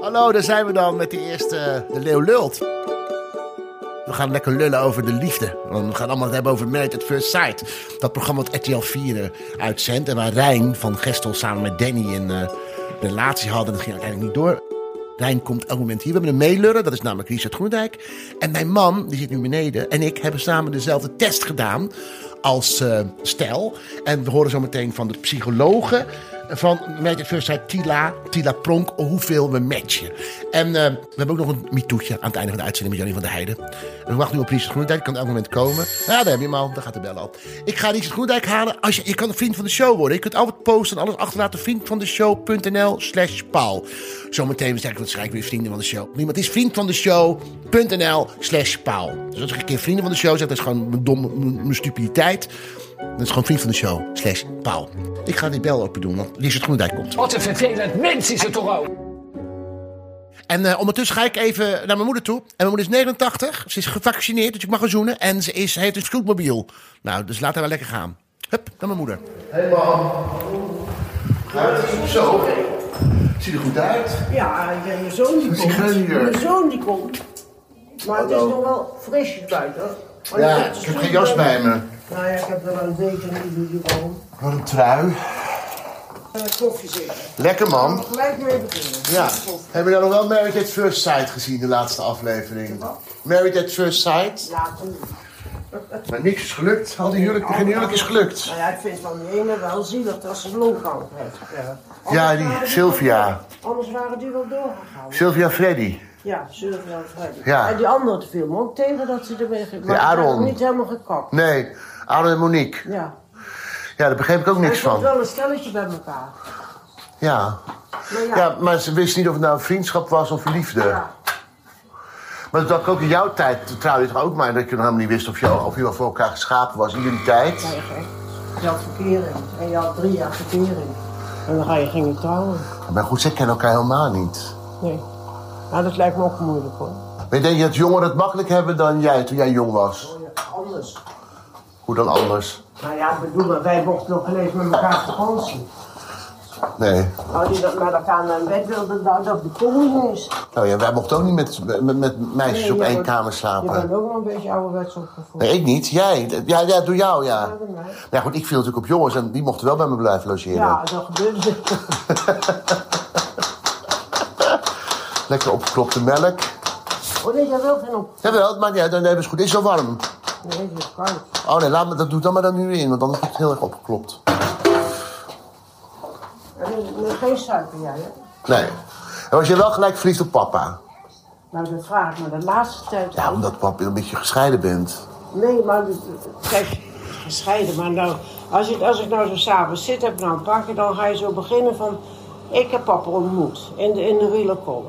Hallo, daar zijn we dan met die eerste De Leeuw Lult. We gaan lekker lullen over de liefde. Want we gaan allemaal het hebben over Married at First Sight. Dat programma wat RTL 4 eh, uitzendt. En waar Rijn van Gestel samen met Danny een eh, relatie hadden. Dat ging uiteindelijk niet door. Rijn komt elk moment hier. We hebben een meelurren, dat is namelijk Richard Groenendijk. En mijn man, die zit nu beneden, en ik hebben samen dezelfde test gedaan als eh Stel. En we horen zo meteen van de psychologen van Magic First Sight, Tila, Tila Pronk, hoeveel we matchen. En eh, we hebben ook nog een mitoetje aan het einde van de uitzending met Jannie van der Heijden. We wachten nu op Richard Groenendijk, kan elk moment komen. Nou, daar heb je hem al, daar gaat de bel al. Ik ga Richard Groenendijk halen. Als je, je kan vriend van de show worden. Je kunt altijd posten en alles achterlaten. Vriendvandeshow.nl slash paal. Zometeen zeg ik waarschijnlijk weer vrienden van de show. Niemand is vriend van de show.nl slash paal. Dus als ik een keer vrienden van de show zeg, dat is gewoon mijn domme, mijn, mijn stupiditeit. Dat is gewoon vriend van de show slash paal. Ik ga die bel open doen, want Richard Groenendijk komt. Wat een vervelend mens is het toch ook? En eh, ondertussen ga ik even naar mijn moeder toe. En mijn moeder is 89. Ze is gevaccineerd, dus ik mag haar zoenen. En ze is, heeft een scootmobiel. Nou, dus laat haar wel lekker gaan. Hup, naar mijn moeder. Helemaal. Zo. Ziet er goed uit. Ja, ja, je zoon die Een komt. zigeuner. Je zoon die komt. Maar het is Hallo. nog wel frisjes buiten. hoor. Maar Ja, je hebt de ik heb stoel geen jas bij me. Nou ja, ik heb er wel een beetje niet van. Wat een trui. Koffie zetten. Lekker, Gaan we man. gelijk mee beginnen. Ja. Koffie. Hebben we dan nog wel Married at First Sight gezien, de laatste aflevering? Married at First Sight? Ja, toen- Maar niks is gelukt. Al die huwelijk, geen huwelijk is gelukt. nou ja, ik vind van die ene wel zielig dat ze longkanker heeft gekregen. Anders Ja, die waren Sylvia. wel- Anders waren die wel doorgegaan. Sylvia Freddy. Ja, Sylvia en Freddy. Ja. En die andere te filmen ook tegen dat ze ermee ging. Maar Ja, ze waren Aaron. niet helemaal gekapt. Nee, Arno en Monique. Ja. Ja, daar begreep ik ook niks Er komt van. wel een stelletje bij elkaar. Ja. Maar ja, Ja, maar ze wist niet of het nou vriendschap was of liefde. ja. Maar dat dacht ik ook in jouw tijd trouwde je toch ook maar dat je nog helemaal niet wist of je, of je wel voor elkaar geschapen was in jullie tijd. Ja, gek. Je had verkering en je had drie jaar verkering. En dan ga je gingen trouwen. Maar goed, ze kennen elkaar helemaal niet. Nee. Nou, dat lijkt me ook moeilijk hoor. Maar denk je dat jongeren het makkelijk hebben dan jij toen jij jong was? Anders. Hoe dan anders? Nou ja, ik bedoel, maar wij mochten nog geen eens met elkaar vakantie. Nee. Als je dat met elkaar naar bed wilde, dan dat bekom je niet eens. Nou ja, wij mochten ook niet met, met, met meisjes Nee, op je één wordt- kamer Je slapen. bent ook wel een beetje ouderwets opgevoed. Nee, ik niet. Jij. Ja, ja door jou, ja. Ja, door mij. Ja, goed, ik viel natuurlijk op jongens en die mochten wel bij me blijven logeren. Ja, dat gebeurde. Lekker opgekropte melk. Oh nee, jij wil geen op. Jawel, het maakt niet uit. Nee, dat is goed. Is zo warm. Nee, dat kan niet. Oh nee, laat me, dat doe dan maar dan nu in, want dan wordt het heel erg opgeklopt. En, eh, Geen suiker, jij hè? Nee. En was je wel gelijk verliefd op papa? Nou, dat vraag ik me de laatste tijd Ja, af. omdat papa een beetje gescheiden bent. Nee, maar dit- kijk, gescheiden. Maar nou, als ik, als ik nou zo s'avonds zit heb nou een paar keer, dan ga je zo beginnen van... Ik heb papa ontmoet in de, in de Rielenkolk.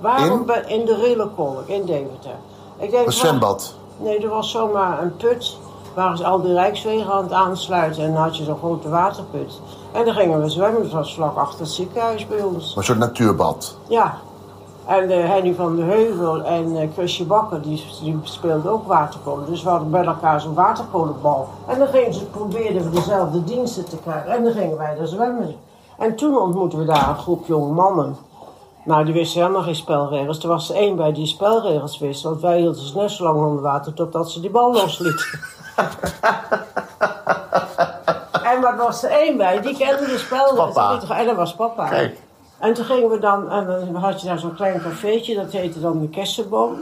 Waarom In? ben in de Rielenkolk in Deventer? Ik denk, Een zwembad. Nee, er was zomaar een put. Waar ze al die rijkswegen aan het aansluiten. En dan had je zo'n grote waterput. En dan gingen we zwemmen. Dat was vlak achter het ziekenhuis bij ons. Een soort natuurbad. Ja. En eh, Henny van de Heuvel en eh Chrisje Bakker, die, die speelden ook waterkolen. Dus we hadden bij elkaar zo'n waterkolenbal. En dan gingen ze, probeerden we dezelfde diensten te krijgen. En dan gingen wij daar zwemmen. En toen ontmoetten we daar een groep jonge mannen. Nou, die wisten helemaal geen spelregels. Er was er één bij die spelregels wist. Want wij hielden ze net zo lang onder water totdat ze die bal loslieten. en maar er was er één bij, die kende de spelregels. Papa. En dat was papa. Kijk. En toen gingen we dan, en dan had je daar zo'n klein cafeetje, dat heette dan de Kessenboom.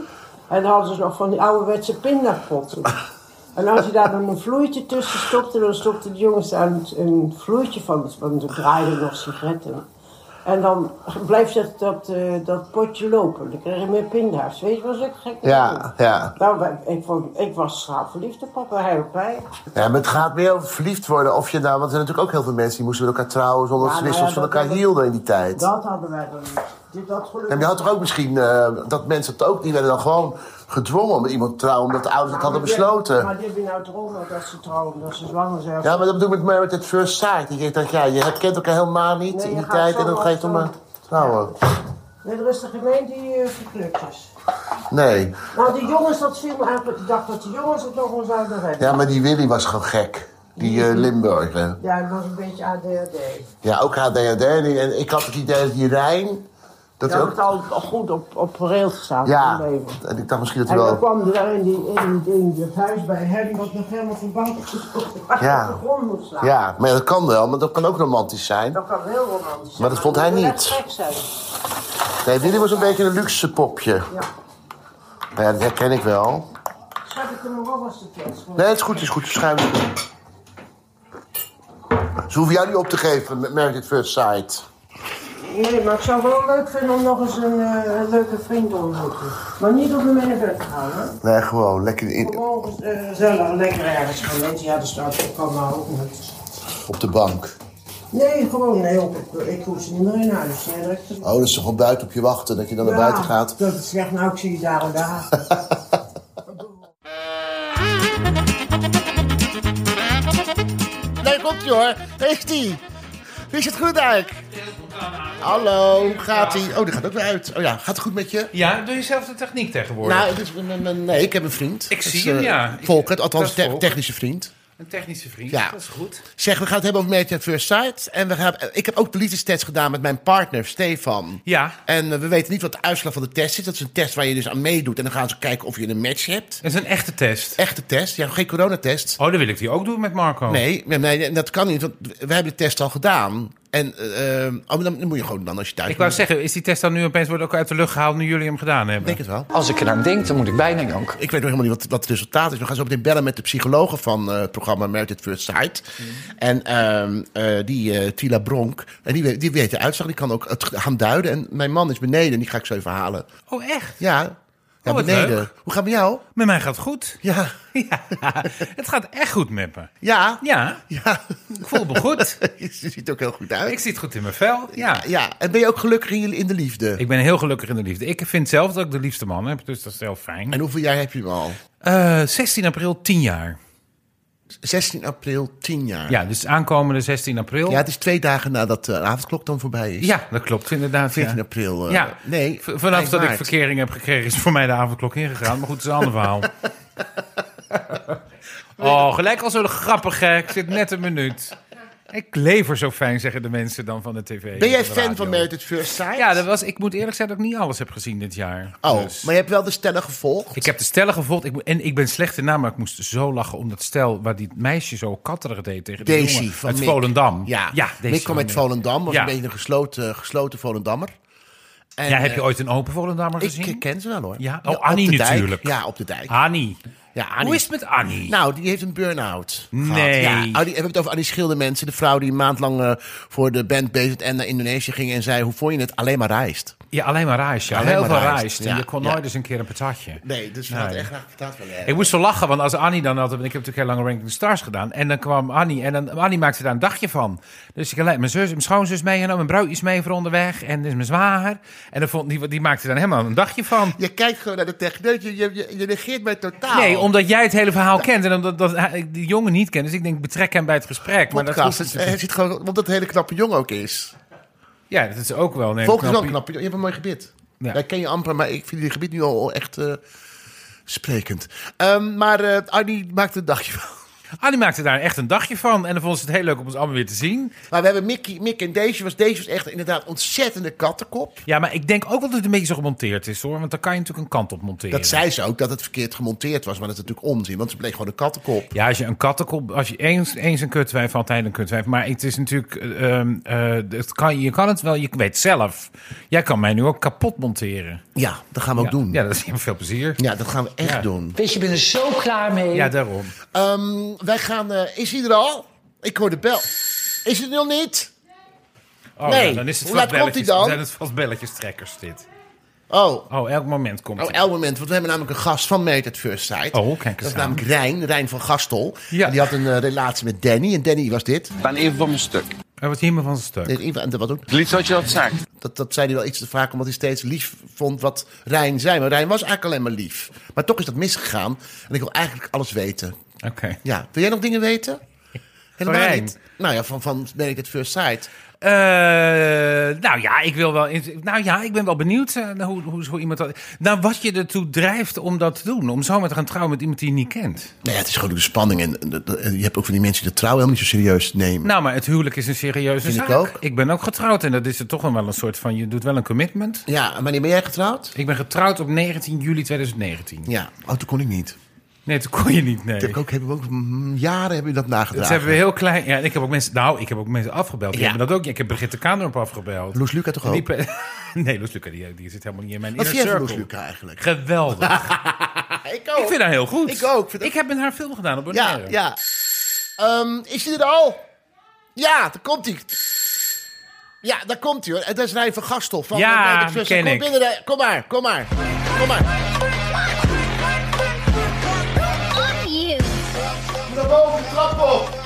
En dan hadden ze nog van die ouderwetse pindapotten. En als je daar dan een vloeitje tussen stopte, dan stopten de jongens daar een, een vloeitje van, want ze draaiden nog sigaretten. En dan bleef dat, dat, eh, dat potje lopen. Dan kreeg je meer pinda's. Weet je, was ik gek. Ja, ja. Nou, wij- ik, vond, ik was schaapverliefd op papa, hij op mij. Ja, maar het gaat meer over verliefd worden. Of je nou, want er zijn natuurlijk ook heel veel mensen die moesten met elkaar trouwen zonder Ja, dat ze nou wisten ja, of ze van dat- elkaar dat- hielden in die tijd. Dat hadden wij dan niet. Dit- Dat gelukkig. En je had toch ook misschien eh, dat mensen het ook, die werden dan gewoon gedwongen om met iemand te trouwen omdat de ouders het hadden Maar die- besloten. Maar die hebben nou toch ook nog dat ze trouwen, dat ze zwanger zijn. Ja, maar dat bedoel ik met Married at First Sight. Ik denk dat ja, je herkent elkaar helemaal niet Nee, in je die gaat tijd en dan zomaar ga je toch maar trouwen. Nee, er is de gemeente die eh, verklukt is. Nee. Nou, die jongens, dat viel me eigenlijk. Ik dacht dat de jongens het nog wel zouden redden. Ja, maar die Willy was gewoon gek. Die eh, Limburger. Ja, ik was een beetje ADHD. Ja, ook HDHD. En ik had het idee dat die Rijn Dat Dat had ook? het al goed op, op rails gestaan. Ja, mijn leven. en ik dacht misschien dat En hij dan wel... kwam er daar in, die, in, die- in dat huis bij Henny wat nog helemaal verband Ja. op de grond moest staan. Ja, maar dat kan wel, maar dat kan ook romantisch zijn. Dat kan heel romantisch zijn. Maar dat vond hij moet niet. echt gek zijn. Nee, Willy was een beetje een luxe popje. Ja. Nou ja, dat herken ik wel. Schat ik er nog wel was de tekst. Nee, het is goed, het is goed. Schuim het toe. Ze hoeven jou niet op te geven met Married at First Sight. Nee, maar ik zou het wel leuk vinden om nog eens een eh, leuke vriend te ontmoeten. Maar niet op de mijne te gaan, hè. Nee, gewoon lekker in, Gewoon eh, gezellig, lekker ergens gaan mensen. Ja, de straat kan nou ook niet. op de bank. Nee, gewoon, nee, op, ik, ik hoef ze niet meer in huis. Nee, dat, Oh, dat is toch gewoon buiten op je wachten, dat je dan naar Ja, buiten gaat. Dat is echt, nou, ik zie je daar en daar. Nee, komt ie hoor. Daar is die. Richard Groenendijk. Hallo, gaat ie? Oh, die gaat ook weer uit. Oh ja, gaat het goed met je? Ja, doe je zelf de techniek tegenwoordig. Nou, het is, een- een- nee, ik heb een vriend. Ik Dat is, zie hem, eh, ja. Volkert, althans Dat is te- Volkert. technische vriend. Een technische vriend, Ja. dat is goed. Zeg, we gaan het hebben over Married at First Sight. En we gaan, ik heb ook de liefdestest gedaan met mijn partner, Stefan. Ja. En eh, we weten niet wat de uitslag van de test is. Dat is een test waar je dus aan meedoet. En dan gaan ze kijken of je een match hebt. Dat is een echte test. Echte test, ja, geen coronatest. Oh, dan wil ik die ook doen met Marco. Nee, nee, nee, dat kan niet, want we hebben de test al gedaan. En eh, eh, oh, dan, dan moet je gewoon dan als je thuis Ik wou bent. zeggen, is die test dan nu opeens wordt ook uit de lucht gehaald nu jullie hem gedaan hebben? Ik denk het wel. Als ik er aan denk, dan moet ik bijna janken. Ik weet nog helemaal niet wat, wat het resultaat is. We gaan zo meteen bellen met de psychologe van eh, het programma Merit at First Sight. Mm. En ehm, eh, die eh, Tila Bronk. En die, weet- die weet de uitslag. Die kan ook het gaan duiden. En mijn man is beneden. En die ga ik zo even halen. Oh, echt? Ja, ja Oh, wat beneden. leuk. Hoe gaat het met jou? Met mij gaat het goed. Ja. Ja, het gaat echt goed met me. Ja. Ja, Ja. ik voel me goed. je ziet er ook heel goed uit. Ik zit goed in mijn vel. Ja. Ja. En ben je ook gelukkig in, je- in de liefde? Ik ben heel gelukkig in de liefde. Ik vind zelf dat ik de liefste man heb, dus dat is heel fijn. En hoeveel jaar heb je hem al? Eh, 16 april, 10 jaar. 16 april, 10 jaar. Ja, dus aankomende 16 april. Ja, het is twee dagen nadat eh, de avondklok dan voorbij is. Ja, dat klopt inderdaad. 14 ja. april. eh, ja, Nee. V- vanaf eind dat ik maart. verkering heb gekregen is voor mij de avondklok ingegaan. Maar goed, dat is een ander verhaal. Oh, gelijk al zo grappig, hè? Ik zit net een minuut. Ik lever zo fijn, zeggen de mensen dan van de tv. Ben jij of de radio. fan van Merit at First Sight? Ja, dat was, ik moet eerlijk zijn dat ik niet alles heb gezien dit jaar. Oh, Dus maar je hebt wel de stellen gevolgd. Ik heb de stellen gevolgd ik, mo- en ik ben slecht in naam, maar ik moest zo lachen om dat stel waar die meisje zo katterig deed tegen de Daisy jongen van uit Mick. Volendam. Ja, ja Mick kwam van uit Volendam, was Ja. een beetje een gesloten, gesloten Volendammer. En, Ja, heb je eh, ooit een open Volendammer gezien? Ik ken ze wel hoor. Ja? Oh, op Annie de dijk. natuurlijk. Ja, op de dijk. Annie. Ja, Annie. Hoe is het met Annie? Nou, die heeft een burn-out. gehad. Nee. Ja, Annie, we hebben het over Annie Schildermensen, de vrouw die een maand lang eh, voor de band BZN naar Indonesië ging en zei: Hoe vond je het? Alleen maar rijst. Ja, alleen maar rijst. Ja. Alleen Heel maar veel rijst, rijst. En ja, je kon ja. nooit eens een keer een patatje. Nee, dus we Nee. hadden echt graag eh, vertaald willen hebben. Ik moest zo lachen, want als Annie dan altijd... want Ik heb natuurlijk heel lang Ranking Stars gedaan. En dan kwam Annie. En dan, Annie maakte daar een dagje van. Dus ik had mijn, zus, mijn schoonzus meegenomen. Mijn broer is mee voor onderweg. En dus mijn zwager. En dan vond, die, die maakte daar helemaal een dagje van. Je kijkt gewoon naar de techneut, je, je, je, je negeert mij totaal. Nee, omdat jij het hele verhaal kent. En omdat dat, hij- die jongen niet kent. Dus ik denk, betrek hem bij het gesprek. Maar dat Podcast, Eh, hoeft het- hij natuurlijk- zit gewoon, omdat het een hele knappe jongen ook is. Ja, dat is ook wel... Nee, Volgens is wel knap. knap. Je hebt een mooi gebit. Ja. Wij ken je amper, maar ik vind die gebit nu al echt eh, sprekend. Ehm, maar eh Arnie maakt er een dagje van. Annie maakte daar echt een dagje van. En dan vond ze het heel leuk om ons allemaal weer te zien. Maar we hebben Mickey, Mick en Daisy. Was, Daisy was echt inderdaad ontzettende kattenkop. Ja, maar ik denk ook wel dat het een beetje zo gemonteerd is hoor. Want dan kan je natuurlijk een kant op monteren. Dat zei ze ook, dat het verkeerd gemonteerd was. Maar dat is natuurlijk onzin, want ze bleek gewoon een kattenkop. Ja, als je een kattenkop, als je eens, eens een kutwijf, altijd een kutwijf. Maar het is natuurlijk, eh, ehm, eh, het kan, je kan het wel, je weet zelf. Jij kan mij nu ook kapot monteren. Ja, dat gaan we ook ja, doen. Ja, Ja. dat is heel veel plezier. dat gaan we echt Ja. doen. Weet je, ik ben er zo klaar mee. Ja, daarom. Ehm, wij gaan... eh, is hij er al? Ik hoor de bel. Is het nog niet? Oh, Nee. ja, dan is het Hoe vast laat komt die belletjes. dan? zijn het vast belletjestrekkers dit. Oh, Oh, elk moment komt Oh, die. elk moment. Want we hebben namelijk een gast van Meet at First Sight. Oh, kijk eens Dat is aan. namelijk Rijn, Rijn van Gastel. Ja. En die had een eh, relatie met Danny. En Danny was dit. Ik ben even van mijn stuk. Hij wordt hier maar van zijn stuk. Dit- En dat, wat ook- Het liefst had je dat zegt. dat, dat zei hij wel iets te vaak, omdat hij steeds lief vond wat Rijn zei. Maar Rijn was eigenlijk alleen maar lief. Maar toch is dat misgegaan. En ik wil eigenlijk alles weten. Oké. Ja, wil jij nog dingen weten? Helemaal Rijn? niet. Nou ja, van, van Meet at First Sight. Eh, nou, ja, ik wil wel, in- nou ja, ik ben wel benieuwd eh, hoe, hoe, hoe iemand dat... Nou, wat je ertoe drijft om dat te doen. Om zomaar te gaan trouwen met iemand die je niet kent. Nee, Nou het is gewoon de spanning. En, eh, dat- eh, je hebt ook van die mensen die de trouw helemaal niet zo serieus nemen. Nou, maar het huwelijk is een serieuze Vind ik zaak. ook. ik ben ook getrouwd en dat is er toch wel een soort van... Je doet wel een commitment. Ja, maar wanneer ben jij getrouwd? Ik ben getrouwd op 19 juli 2019. Ja. Oh, toen kon ik niet. Nee, dat kon je niet, nee. Dat heb ik ook, heb ik ook mm, jaren hebben we dat nagedragen. Dat hebben we heel klein. Ja, en ik heb ook mensen. Nou, ik heb ook mensen afgebeld. Die Ja. hebben dat ook. Ik heb Brigitte Kaandorp afgebeld. Loes Luca toch ook? Die pe- nee, Loes Luca, die, die zit helemaal niet in mijn Wat inner vind jij van circle. Loes Luca eigenlijk? Geweldig. ik ook. ik vind haar heel goed. Ik ook, vind dat- Ik heb met haar film gedaan op Ja, Bonaire. ja. Ehm, is hij er al? Ja, daar komt hij. Ja, daar komt hij hoor. En dat is Rijn van Gastel. Van Ja, Rijnmond die Versen. ken kom ik. binnen, Rijn. kom maar, kom maar. Kom maar. you. Naar boven, de trap op.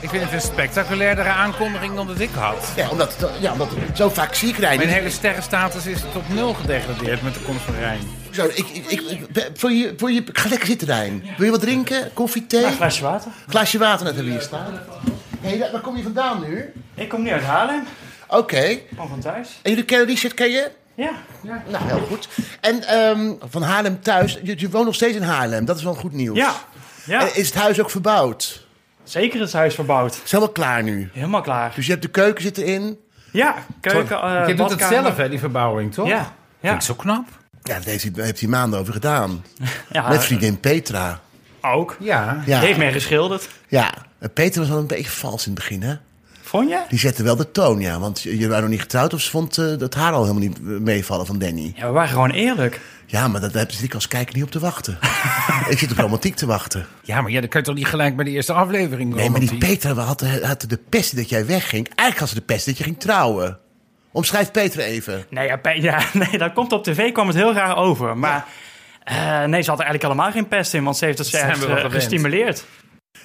Ik vind het een spectaculairdere aankondiging dan dat ik had. Ja, omdat, het- ja, omdat het- zo vaak zie ik Rijn. Mijn hele sterrenstatus is tot nul gedegradeerd met de komst van Rijn. Zo, ik, ik, ik, ik- voor je, voor je, ik ga lekker zitten, Rijn. Wil je wat drinken? Koffie, thee? Flesje water. Glaasje water net hebben we hier staan. Hé, daar- waar kom je vandaan nu? Ik kom nu uit Haarlem. Oké. Kom van thuis. En jullie kennen Richard, ken je? Ja. ja. Nou, heel goed. En ehm, van Haarlem thuis. Je, je woont nog steeds in Haarlem. Dat is wel goed nieuws. Ja. Ja. En is het huis ook verbouwd? Zeker is het huis verbouwd. Het is helemaal klaar nu. Helemaal klaar. Dus je hebt de keuken zitten in. Ja. Keuken, eh je doet het badkamer. zelf, hè, die verbouwing, toch? Ja. Vind Ja. ik zo knap. Ja, daar heeft hij- daar heeft hij maanden over gedaan. ja. Met vriendin Petra. Ook. Ja. Ja. Heeft mij geschilderd. Ja. En Petra was al een beetje vals in het begin, hè? Vond je? Die zette wel de toon, ja. Want j- jullie waren nog niet getrouwd of ze vond eh, dat haar al helemaal niet eh, meevallen van Danny. Ja, we waren gewoon eerlijk. Ja, maar dat- daar zit ik als kijker niet op te wachten. ik zit op romantiek te wachten. Ja, maar ja, dan kan je toch niet gelijk bij de eerste aflevering Nee, maar die romantiek? Petra we had, had de pest dat jij wegging. Eigenlijk had ze de pest dat je ging trouwen. Omschrijf Petra even. Nee, ja, pe- ja, nee, dat komt op tv, kwam het heel raar over. Maar eh, nee, ze had er eigenlijk helemaal geen pest in, want ze heeft het zijn echt we wel eh, gewend. gestimuleerd.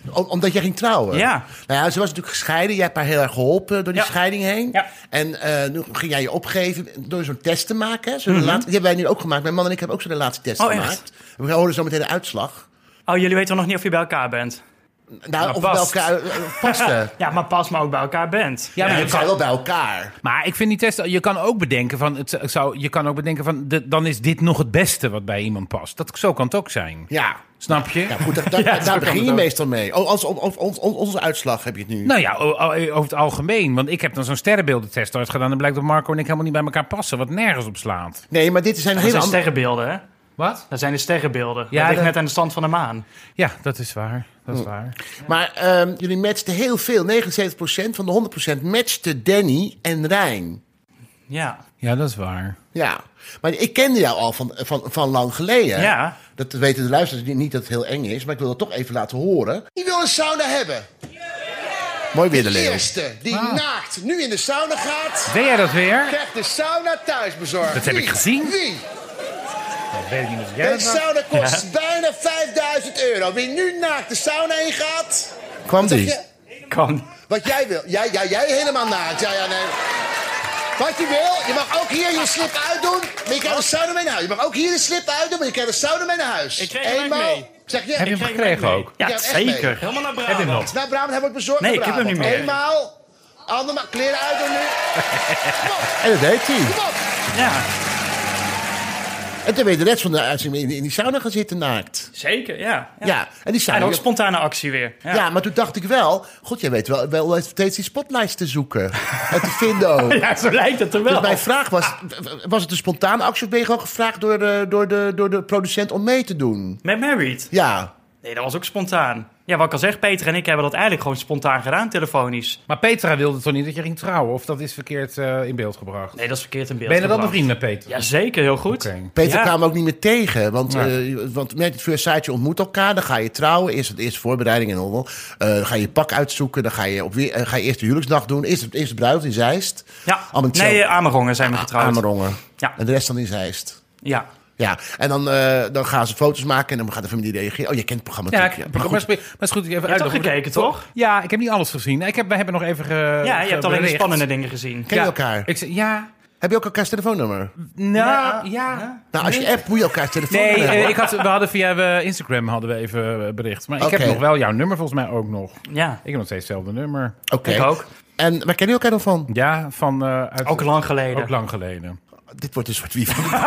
Om- omdat jij ging trouwen. Ja. Nou ja, ze was natuurlijk gescheiden. Jij hebt haar heel erg geholpen door die Ja. scheiding heen. Ja. En eh nu ging jij je opgeven door zo'n test te maken. hè? Zo'n relatie- die hebben wij nu ook gemaakt. Mijn man en ik hebben ook zo'n relatietest Mhm. Oh, echt? gemaakt. We horen zo meteen de uitslag. Oh, jullie weten nog niet of je bij elkaar bent. Nou, of past. bij elkaar eh, pasten. Ja, maar pas maar ook bij elkaar bent. ja, maar maar je we zijn wel bij elkaar. Maar ik vind die test, je kan ook bedenken van, het zou, je kan ook bedenken van, de- dan is dit nog het beste wat bij iemand past. Dat, zo kan het ook zijn. Ja. Snap je? Ja, goed, daar, daar, Ja, daar zo kan begin je het ook. meestal mee. Oh, als, of, of- ons- onze uitslag heb je het nu. Nou ja, o- o- over het algemeen. Want ik heb dan zo'n sterrenbeeldentest ooit gedaan. En blijkt dat Marco en ik helemaal niet bij elkaar passen. Wat nergens op slaat. Nee, maar dit zijn Dat hele zijn andere... sterrenbeelden, hè? Wat? Dat zijn de sterrenbeelden. Ja, dat ligt dat- net aan de stand van de maan. Oh. Ja, dat is waar. Dat is waar. Maar ehm, jullie matchten heel veel. 79% van de 100% matchte Danny en Rijn. Ja. Ja, dat is waar. Ja. Maar ik kende jou al van, van, van lang geleden. Ja. Dat weten de luisteraars niet- niet dat het heel eng is. Maar ik wil dat toch even laten horen. Die wil een sauna hebben. Mooi weer de leeuw. eerste die Ah. naakt nu in de sauna gaat... Deed jij dat weer? krijgt de sauna thuis bezorgd. Dat heb ik Wie? gezien. Wie? Dat weet ik niet of jij De dat was. sauna kost bijna 5000 euro. Wie nu naakt de sauna in gaat... Kwam Wat zeg die? je? Kan. Wat jij wil. Jij, jij, jij helemaal naakt. Ja, ja, nee. Wat je wil. Je mag ook hier je slip uitdoen. Maar je krijgt een sauna mee naar huis. Je mag ook hier de slip uitdoen. Maar je krijgt een sauna mee naar huis. Ik kreeg hem Eenmaal- echt mee. Zeg je. Heb je hem gekregen ook? Ja, Ja, echt mee. zeker. Helemaal naar Brabant. Nou, Brabant heb ik bezorgd. Nee, naar ik heb hem Brabant. niet meer. Eenmaal. Andermaal. Kleren uitdoen nu. Kom op. En dat deed hij. Kom op. Ja, En toen ben je de rest van de uitzending in, in die sauna gaan zitten naakt. zeker. Ja. Ja. En die En sauna... ook spontane actie weer. Ja. ja. maar toen dacht ik wel... God, jij weet wel, wel steeds die spotlights te zoeken. en te vinden ook. Ja, zo lijkt het er wel. Dus mijn vraag was, was het een spontane actie of ben je gewoon gevraagd door de, door de, door de producent om mee te doen? Met Married? Ja. Nee, dat was ook spontaan. Ja, wat ik al zeg, Peter en ik hebben dat eigenlijk gewoon spontaan gedaan, telefonisch. Maar Petra wilde toch niet dat je ging trouwen? Of dat is verkeerd eh, in beeld gebracht? Nee, dat is verkeerd in beeld. ben je er wel gebracht. bevriend met Petra? Ja, zeker. Heel goed. Oké. Peter Ja. kwam ook niet meer tegen, want, Ja. eh, want met het first sight, je ontmoet elkaar, dan ga je trouwen, eerst, eerst voorbereiding en allemaal. Eh, dan ga je je pak uitzoeken, dan ga je, op, weer- eh, ga je eerst de huwelijksdag doen, eerst, eerst de bruiloft in Zeist. Ja. Allemaal nee, eh, Amerongen zijn we getrouwd. Amerongen. Ja. En de rest dan in Zeist. Ja. Ja, en dan, eh, dan gaan ze foto's maken en dan gaat de familie reageren. Oh, je kent het programma Ja, ik, natuurlijk. maar, ja. goed. Maar maar goed, is goed. dat je Even Je hebt uitlegt hoe toch de- gekeken, toch? Ja, ik heb niet alles gezien. Ik heb, we hebben nog even ge, Ja, je hebt alleen de gebericht. spannende dingen gezien. ken je elkaar? Ik, zei- ja, Heb je ook elkaars telefoonnummer? nou, ja. Nou, als je app moet je elkaars telefoonnummer Nee, hebben. eh, ik had, we hadden via eh, Instagram hadden we even eh, bericht. Maar ik Oké. heb nog wel jouw nummer volgens mij ook nog. Ja, Ik heb nog steeds hetzelfde nummer. Oké. ik ook. En waar kennen jullie elkaar dan van? Ja, van... eh, uit- Ook lang geleden. Ook lang geleden. Dit wordt een soort wie van. maar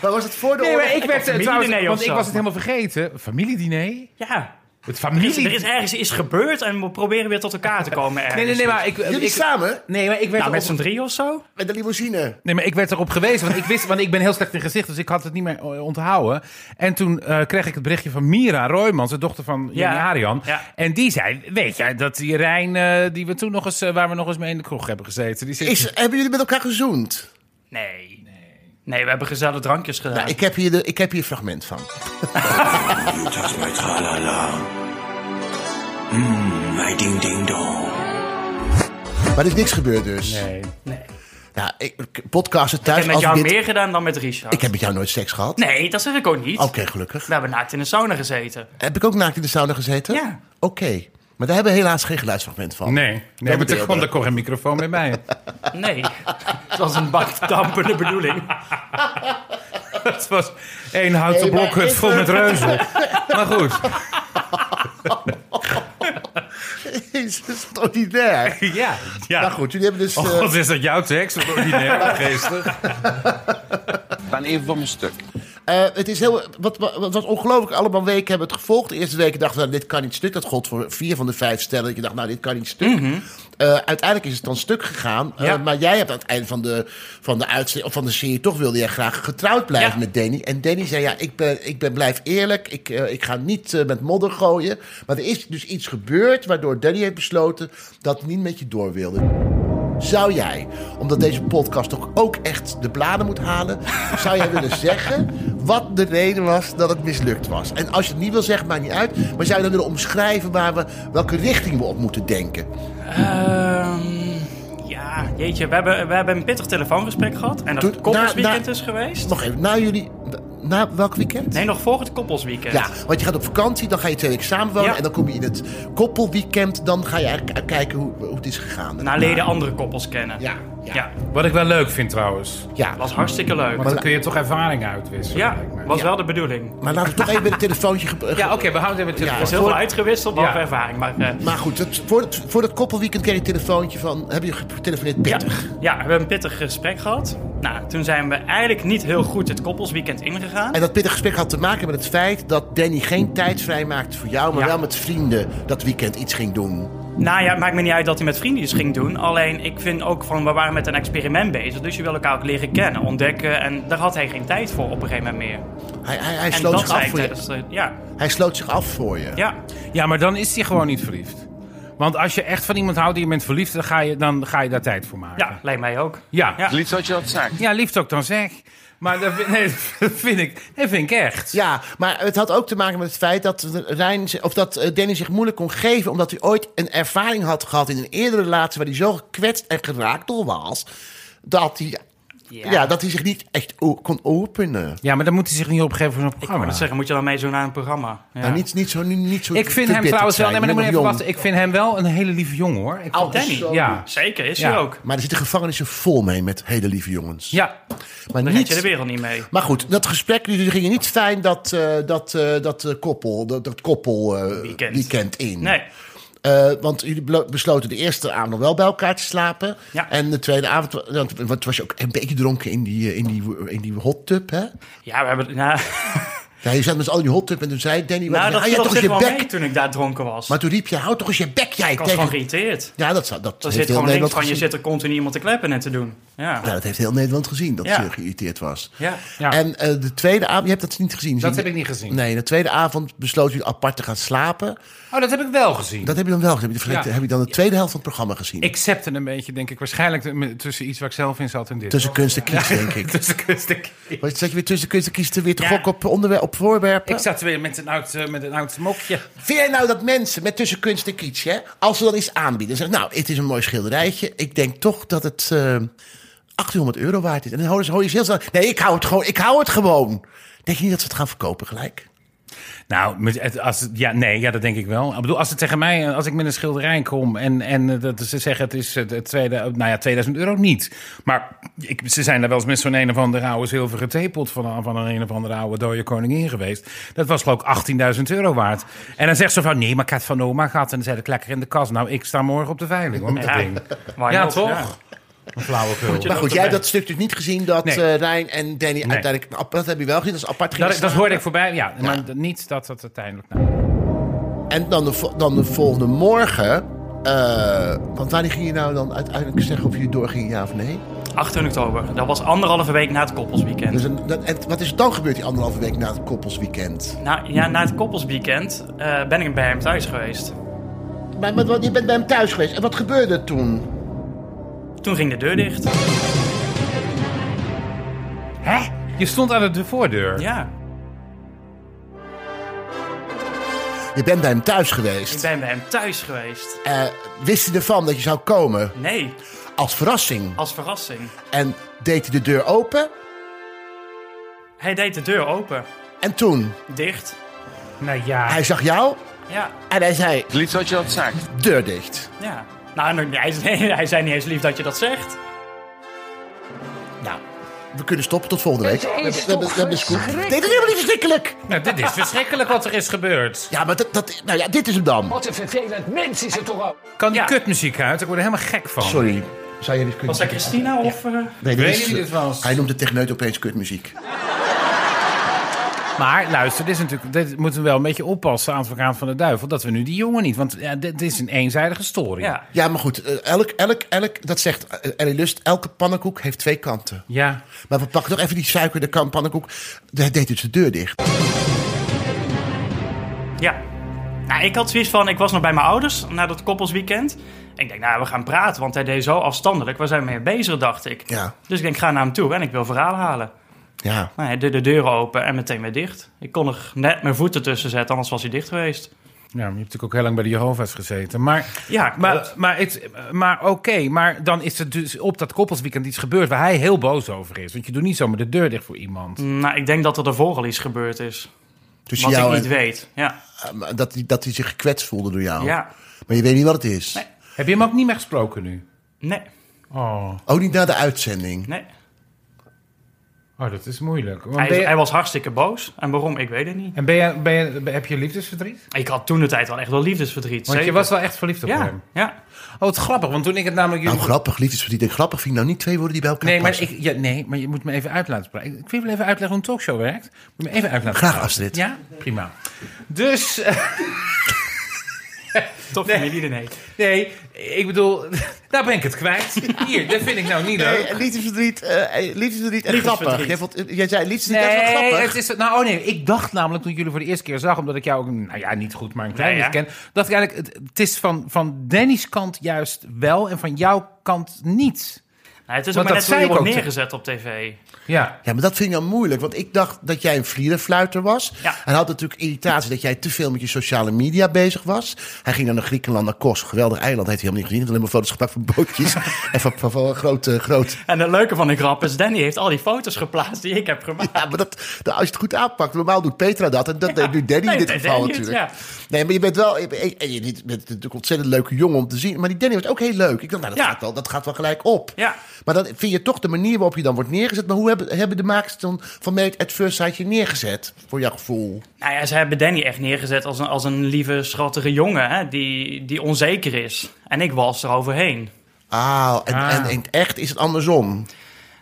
was het voor de Nee, oorlog? maar ik werd eh, trouwens... familiediner Want of ik zo. was het helemaal vergeten. Familiediner? Ja. Het Er is, er familie... is ergens iets gebeurd en we proberen weer tot elkaar te komen. Ergens. Nee, nee, nee, maar ik... Jullie ik- samen? Nee, maar ik werd Nou, met erop- z'n drie of zo? Met de limousine. Nee, maar ik werd erop gewezen, want ik wist, want ik ben heel slecht in gezicht, dus ik had het niet meer eh, onthouden. En toen eh, kreeg ik het berichtje van Mira Roymans, de dochter van Ja. Jenny Arian. Ja. En die zei, weet jij, dat die Rijn, eh, die we toen nog eens, eh, waar we nog eens mee in de kroeg hebben gezeten, die zit... Is, hebben jullie met elkaar gezoend? Nee. Nee, we hebben gezellig drankjes gedaan. Nou, ik, heb hier de, ik heb hier een fragment van. You touch my tra-la-la. Mmm, my ding-ding-dong. Maar er is niks gebeurd dus. Nee. Nou, ik, podcasten thuis. Ik heb met als jou dit- meer gedaan dan met Richard. Ik heb met jou nooit seks gehad. Nee, dat zeg ik ook niet. Oké, gelukkig. We Nou. hebben naakt in de sauna gezeten. Heb ik ook naakt in de sauna gezeten? Ja. Oké. Maar daar hebben we helaas geen geluidsfragment van. Nee, nee maar bedoelde. toen kwam er gewoon een microfoon bij mij. Nee. Het was een bak dampende bedoeling. Het was één houten Nee, maar blok het is vol er- met reuzel. maar goed, Jezus, toch niet daar. ja. ja. Nou goed, jullie hebben dus... Oh eh, god, is dat jouw tekst? Wat ordinair, wat geestig. Ik ben even van mijn stuk. eh, het is heel, wat, wat, wat was ongelooflijk. Allemaal weken hebben het gevolgd. De eerste weken dachten we, nou, dit kan niet stuk. Dat gold voor vier van de vijf stellen. Dat je dacht, nou, dit kan niet stuk. Eh, uiteindelijk is het dan stuk gegaan. Eh, Mhm. Ja. maar jij hebt aan het einde van de, van, de uitzending- of van de serie... toch wilde jij graag getrouwd blijven Ja. met Danny. En Danny zei, ja, ik, ben, ik ben, blijf eerlijk. Ik, eh, ik ga niet eh, met modder gooien. Maar er is dus iets gebeurd... waardoor Danny heeft besloten dat hij niet met je door wilde. Zou jij, omdat deze podcast toch ook echt de bladen moet halen, zou jij willen zeggen wat de reden was dat het mislukt was? En als je het niet wil zeggen, maakt niet uit. Maar zou je dan willen omschrijven waar we, welke richting we op moeten denken? Ehm, ja, jeetje. We hebben, we hebben een pittig telefoongesprek gehad. En dat Toen- het koppelsweekend na- na- is geweest. Nog even, na jullie, na welk weekend? Nee, nog voor het koppelsweekend. Ja, want je gaat op vakantie, dan ga je twee weken samenwonen Ja. en dan kom je in het koppelweekend. Dan ga je eigenlijk kijken hoe, hoe het is gegaan. Naar leden andere koppels kennen. Ja, ja. Nou, Ja, Wat ik wel leuk vind trouwens. ja. was hartstikke leuk. Want dan kun je toch ervaring uitwisselen. ja, lijkt mij. was wel de bedoeling. Maar laten we toch even met het telefoontje... ge- Ja, oké, we houden het even Ja, Er is heel veel uitgewisseld, Ja. behalve ervaring. Maar eh, Maar goed, het, voor, het, voor dat koppelweekend kreeg je een telefoontje van... Heb je getelefoneerd? ja, Pittig. ja, we hebben een pittig gesprek gehad. Nou, toen zijn we eigenlijk niet heel goed het koppelsweekend ingegaan. En dat pittig gesprek had te maken met het feit dat Danny geen tijd vrijmaakte voor jou, maar Ja. wel met vrienden dat weekend iets ging doen. Nou ja, het maakt me niet uit dat hij met vrienden iets ging doen. Alleen, ik vind ook van, we waren met een experiment bezig. Dus je wil elkaar ook leren kennen, ontdekken. En daar had hij geen tijd voor op een gegeven moment meer. Hij, hij, hij, en sloot, zich zei af ik voor je. tijdens de- ja, hij sloot zich af voor je. ja. Ja, maar dan is hij gewoon niet verliefd. Want als je echt van iemand houdt die je bent verliefd, dan ga je, dan ga je daar tijd voor maken. ja, lijkt mij ook. Ja, ja. Ja. Het liefst dat je dat zegt. liefst ook dan zeg. Maar dat vind, nee, dat vind ik, dat vind ik echt. Ja, maar het had ook te maken met het feit dat, Rijn, of dat eh, Danny zich moeilijk kon geven. omdat hij ooit een ervaring had gehad in een eerdere relatie. waar hij zo gekwetst en geraakt door was. dat hij, ja. Ja. dat hij zich niet echt o- kon openen. Ja, maar dan moet hij zich niet opgeven voor zo'n Ik wou programma. net zeggen, moet je dan mee zo naar een programma? Ja. Nou, niet, niet zo, niet zo Ik vind hem verbitterd trouwens wel, zijn, nee, maar dan moet je je bent nog even wachten. Ik vind hem wel een hele lieve jongen hoor. Ik jong. vond- Danny. Zo. Ja. Zeker, is Ja. hij ook. Maar er zitten gevangenissen vol mee met hele lieve jongens. Ja. maar Dan red je niet, de wereld niet mee. Maar goed, dat gesprek, jullie gingen niet fijn dat, eh, dat, eh, dat eh, koppel, dat, dat koppel eh, weekend. Weekend. in. Nee, Eh, want jullie belo- besloten de eerste avond nog wel bij elkaar te slapen. Ja. En de tweede avond, wa- want want was je ook een beetje dronken in die, eh, in die, in die hot tub, hè? ja, we hebben... Nou, Ja, je zat met z'n allen in die hot tub en toen zei Danny, nou dat ah, viel ja, op toch eens zich je wel mee bek. toen ik daar dronken was. Maar toen riep je, hou toch eens je bek, jij. ik was gewoon geïrriteerd. ja, dat, zou- dat Er heeft zit heel gewoon links Nederland van, je gezien. zit er continu iemand te kleppen en te doen. Ja. Ja, Ah. Nou, dat heeft heel Nederland gezien, dat Ja. ze geïrriteerd was. Ja. Ja. En eh, de tweede avond, je hebt dat niet gezien. Dat zie heb je? ik niet gezien. Nee, de tweede avond besloot jullie apart te gaan slapen. Oh, dat heb ik wel gezien. Dat heb je dan wel gezien. Heb je, Ja. heb je dan de tweede helft van het programma gezien? Ik zepte een beetje, denk ik, waarschijnlijk t- tussen iets waar ik zelf in zat en dit. tussen kunst en kies, denk ik. Tussen kunst en kies. Wat zat je weer tussen kunst en kies te weer te Ja. gokken op, onderwerp, op voorwerpen? Ik zat weer met een oud, eh, met een oud mokje. Vind jij nou dat mensen met tussen kunst en kies, hè, als ze dan iets aanbieden, zeggen: Nou, het is een mooi schilderijtje. Ik denk toch dat het eh 800 euro waard is. En dan hoor je, hoor je ze heel snel: Nee, ik hou het gewoon. Ik hou het gewoon. Denk je niet dat ze het gaan verkopen gelijk? Nou, met- het- als, het- ja, nee, ja, dat denk ik wel. Ik bedoel, als het tegen mij, eh, als ik met een schilderij kom en, en eh, dat ze zeggen het is het, het tweede, nou ja, 2000 euro niet. Maar ik, ze zijn daar wel eens met zo'n een of andere oude zilveren theepot van, van een een of andere oude dode koningin geweest. Dat was geloof ik 18.000 euro waard. En dan zegt ze van, nee, maar ik had het van oma gehad en dan zet ik lekker in de kas. Nou, ik sta morgen op de veiling hoor, met dat Ja. ding. Why Ja, not? toch? Ja. Een flauwekul. Maar goed, jij hebt dat stuk dus niet gezien dat Nee. Nou, eh, Rijn en Danny uiteindelijk... ap- Dat heb je wel gezien, dat is apart gingen Dat, dat staan. hoorde ik voorbij, ja. Maar d- niet dat dat uiteindelijk... Nou, En dan de, vo- dan de volgende morgen... eh, want wanneer ging je nou dan uiteindelijk zeggen of je doorging, ja of nee? 18 oktober. Dat was anderhalve week na het koppelsweekend. Dus een- dat- en wat is er dan gebeurd die anderhalve week na het koppelsweekend? Na, ja, na het koppelsweekend eh, ben ik bij hem thuis geweest. Maar, maar, wat- je bent bij hem thuis geweest. En wat gebeurde er toen? Toen ging de deur dicht. Hè? Je stond aan de voordeur. Ja, Je bent bij hem thuis ik geweest. ben bij hem thuis geweest. Eh, wist hij ervan dat je zou komen? Nee, Als verrassing. als verrassing. En deed hij de deur open? Hij deed de deur open. En toen? Dicht. Nou ja. Hij zag jou Ja, en hij zei, Het liefst had je dat zaakt. deur dicht. ja. Nou, en hij, nee, hij zei niet eens lief dat je dat zegt. Nou, we kunnen stoppen tot volgende week. Het is We hebben- we toch hebben een scoop. Dit is helemaal niet verschrikkelijk. Nou, dit is verschrikkelijk wat er is gebeurd. Ja, maar dat, dat, nou ja, dit is hem dan. Wat een vervelend mens is het toch ook. Kan die Ja. kutmuziek uit? Ik word er helemaal gek van. Sorry. Zou jullie kunnen... Was dat Christina of... eh, Nee, dit Weet is- je wie dit was? Hij noemt de techneut opeens kutmuziek. Maar luister, dit, is natuurlijk, dit moeten we wel een beetje oppassen aan het vergaan van de duivel. Dat we nu die jongen niet. Want ja, dit is een eenzijdige story. ja. Ja, maar goed. eh, Elk, elk, elk, dat zegt eh, Ellie Lust, elke pannenkoek heeft twee kanten. Ja. Maar we pakken nog even die suiker, de kan pannenkoek. Hij deed dus de deur dicht. Ja. Nou, ik had zoiets van, ik was nog bij mijn ouders na dat koppelsweekend. En ik denk, nou, we gaan praten, want hij deed zo afstandelijk. Waar zijn we mee bezig, dacht ik. Ja. Dus ik denk, ik ga naar hem toe en ik wil verhaal halen. Ja. Nou, hij deed de deuren open en meteen weer dicht. Ik kon er net mijn voeten tussen zetten, anders was hij dicht geweest. ja, maar je hebt natuurlijk ook heel lang bij de Jehovah's gezeten. Maar, Ja, maar, klopt. maar, het- maar oké, maar dan is er dus op dat koppelsweekend iets gebeurd waar hij heel boos over is. Want je doet niet zomaar de deur dicht voor iemand. Nou, ik denk dat er daarvoor al iets gebeurd is. Tussen Wat ik Dus jou niet en- Oh. weet. Ja. eh, dat, hij- dat hij zich gekwetst voelde door jou. ja. Maar je weet niet wat het is. Nee. Heb je hem ook niet meer gesproken nu? Nee. Oh, Ook niet na de uitzending. Nee. oh dat is moeilijk. Want Hij, ben je- hij was hartstikke boos. En waarom, ik weet het niet. en ben je, ben je, heb je liefdesverdriet? Ik had toen de tijd wel echt wel liefdesverdriet. Want je zeker. was wel echt verliefd op Ja, hem. ja. Oh, het is grappig, want toen ik het namelijk... Nou, jullie- grappig, liefdesverdriet en grappig vind ik nou niet twee woorden die bij elkaar Nee maar, passen. ik, ja, nee, maar je moet me even uit laten praten. Ik- Ik wil wel even uitleggen hoe een talkshow werkt. Moet je me even uit laten Graag, praten. Astrid. Ja? Prima. Dus, eh, Toch familie nee. nee, ik bedoel, daar ben ik het kwijt. Hier, dat vind ik nou niet leuk. Nee, liefdesverdriet, eh, eh, liefdesverdriet en grappig. Jij, vond, jij zei liefdesverdriet en Nee, grappig. het is, nou, oh nee, ik dacht namelijk toen ik jullie voor de eerste keer zag, omdat ik jou ook, nou ja, niet goed, maar een klein Nee, beetje ja. ken, dacht ik eigenlijk, het, het is van, van Danny's kant juist wel en van jouw kant niet. Nou, het is ook Want maar dat net hoe zei je ik wordt ook. neergezet op tv. Ja. Ja, maar dat vind ik dan moeilijk. Want ik dacht dat jij een vlierenfluiter was. Ja. Hij had natuurlijk irritatie dat jij te veel met je sociale media bezig was. Hij ging dan naar Griekenland, naar Kos. Geweldig eiland, heeft hij helemaal niet gezien. Hij heeft alleen maar foto's gepakt van bootjes. en van, van, van, groot, eh, groot. En het leuke van de grap is, Danny heeft al die foto's geplaatst die ik heb gemaakt. Ja, maar dat, dat- als je het goed aanpakt. Normaal doet Petra dat. En dat deed nu Danny in Nee, dit dat geval deed hij het, natuurlijk. Nee, maar je bent wel... Je, bent- en je bent natuurlijk een ontzettend leuke jongen om te zien. Maar die Danny was ook heel leuk. Ik dacht, nou, dat, Ja. gaat, wel, dat gaat wel gelijk op. Ja. Maar dan vind je toch de manier waarop je dan wordt neergezet. Maar hoe hebben, hebben de makers dan van Meet at First Sight je neergezet? Voor jouw gevoel. Nou ja, ze hebben Danny echt neergezet als een, als een lieve, schattige jongen hè, die, die onzeker is. En ik was er overheen. Ah, en, Ah. en in het echt is het andersom.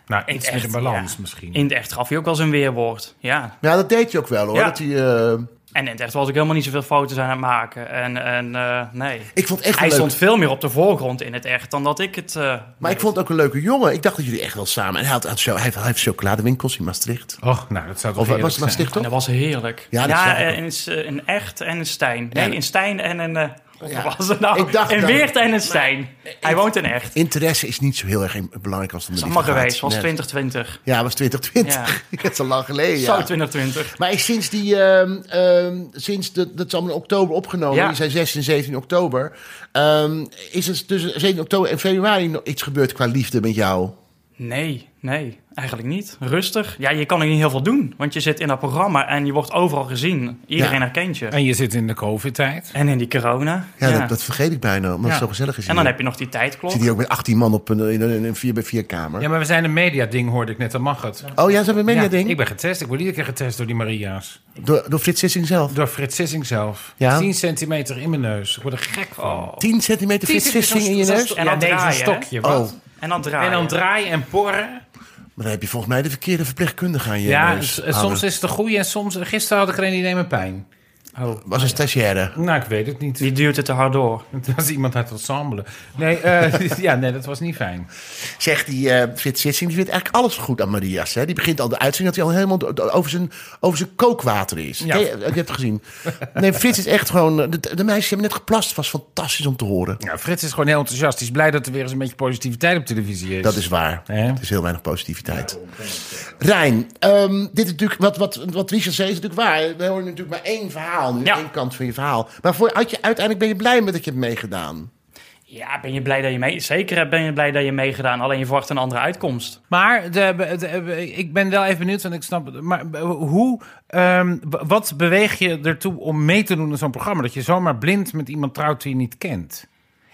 Nou, In iets het meer de echt, balans ja. misschien. In het echt gaf hij ook wel zijn weerwoord. Ja. Ja, dat deed je ook wel hoor. Ja. Dat hij, eh, En in het echt was ik helemaal niet zoveel foto's aan het maken. En, en eh, nee. ik vond het echt Hij wel leuk. stond veel meer op de voorgrond in het echt dan dat ik het. eh, Maar ik deed. vond het ook een leuke jongen. Ik dacht dat jullie echt wel samen... En hij, had, had, zo- hij heeft, hij heeft chocoladewinkels in Maastricht. Och, nou, dat zou toch Of was eerlijk het zijn. Maastricht En toch? dat was heerlijk. Ja, Ja, dat zag ik ook. en in, S- eh, in Echt en in Stijn. Nee, Ja. in Stijn en in. eh, wat Ja. was het nou? Ik dacht in dat- Weert en in Stijn. Hij woont in Echt. Interesse is niet zo heel erg belangrijk als het om de Dat is liefde allemaal gaat. geweest. was Nee. 2020. Ja, was 2020. Dat is al lang geleden, Zo ja. 2020. Maar is sinds die, ehm, ehm, sinds de, dat is allemaal in oktober opgenomen. Ja. Die zijn 16 en 17 oktober. Ehm, is er tussen 17 oktober en februari nog iets gebeurd qua liefde met jou? Nee, nee, eigenlijk niet. Rustig. Ja, je kan er niet heel veel doen, want je zit in dat programma en je wordt overal gezien. Iedereen Ja. herkent je. En je zit in de covid-tijd. En in die corona. Ja, Dat, dat vergeet ik bijna, omdat Ja. het zo gezellig is En dan hier. heb je nog die tijdklok. Zit hier ook met 18 man op een, in een, in een 4 bij 4 kamer. Ja, maar we zijn een mediading, hoorde ik net. Dan mag het. Oh ja, ze hebben een Ja, media-ding? Ik ben getest. Ik word iedere keer getest door die Maria's. door, door Frits Sissing zelf. Door Frits Sissing zelf. Ja? 10 centimeter in mijn neus. Ik word er gek van. Oh. 10 centimeter Frits Sissing in je neus? En En ja, dan nee, zo'n draaien, hè? stokje. Oh, Wat? En dan draaien. En dan draaien en porren. maar dan heb je volgens mij de verkeerde verpleegkundige aan je Ja, neus. Ah, dus- s- hangen. soms is het een goeie en soms... Gisteren had ik er een die deed me pijn. Was een stagiaire. Nou, ik weet het niet. Die duwt het te hard door. Het was iemand uit het ensemble. Nee, eh, ja, nee, dat was niet fijn. Zegt die eh Frits Sissing, die vindt eigenlijk alles goed aan Maria's. Hè? Die begint al de uitzending dat hij al helemaal do- do- over zijn, over zijn kookwater is. Ja. Ken Je, heb je het gezien. Nee, Frits is echt gewoon... eh, De, de meisjes hebben net geplast. was fantastisch om te horen. Ja, Frits is gewoon heel enthousiast. Die is blij dat er weer eens een beetje positiviteit op televisie is. Dat is waar. Hè? Het is heel weinig positiviteit. Rijn, ehm, dit is natuurlijk, wat, wat, wat Richard zei is natuurlijk waar. We horen natuurlijk maar één verhaal nu. Ja. Één kant van je verhaal. Maar voor, had je, uiteindelijk ben je blij met dat je hebt meegedaan. Ja, ben je blij dat je mee... Zeker ben je blij dat je meegedaan. Alleen je verwacht een andere uitkomst. Maar de, de- de- ik ben wel even benieuwd, want ik snap het. Maar hoe, ehm, w- wat beweeg je ertoe om mee te doen in zo'n programma? Dat je zomaar blind met iemand trouwt die je niet kent.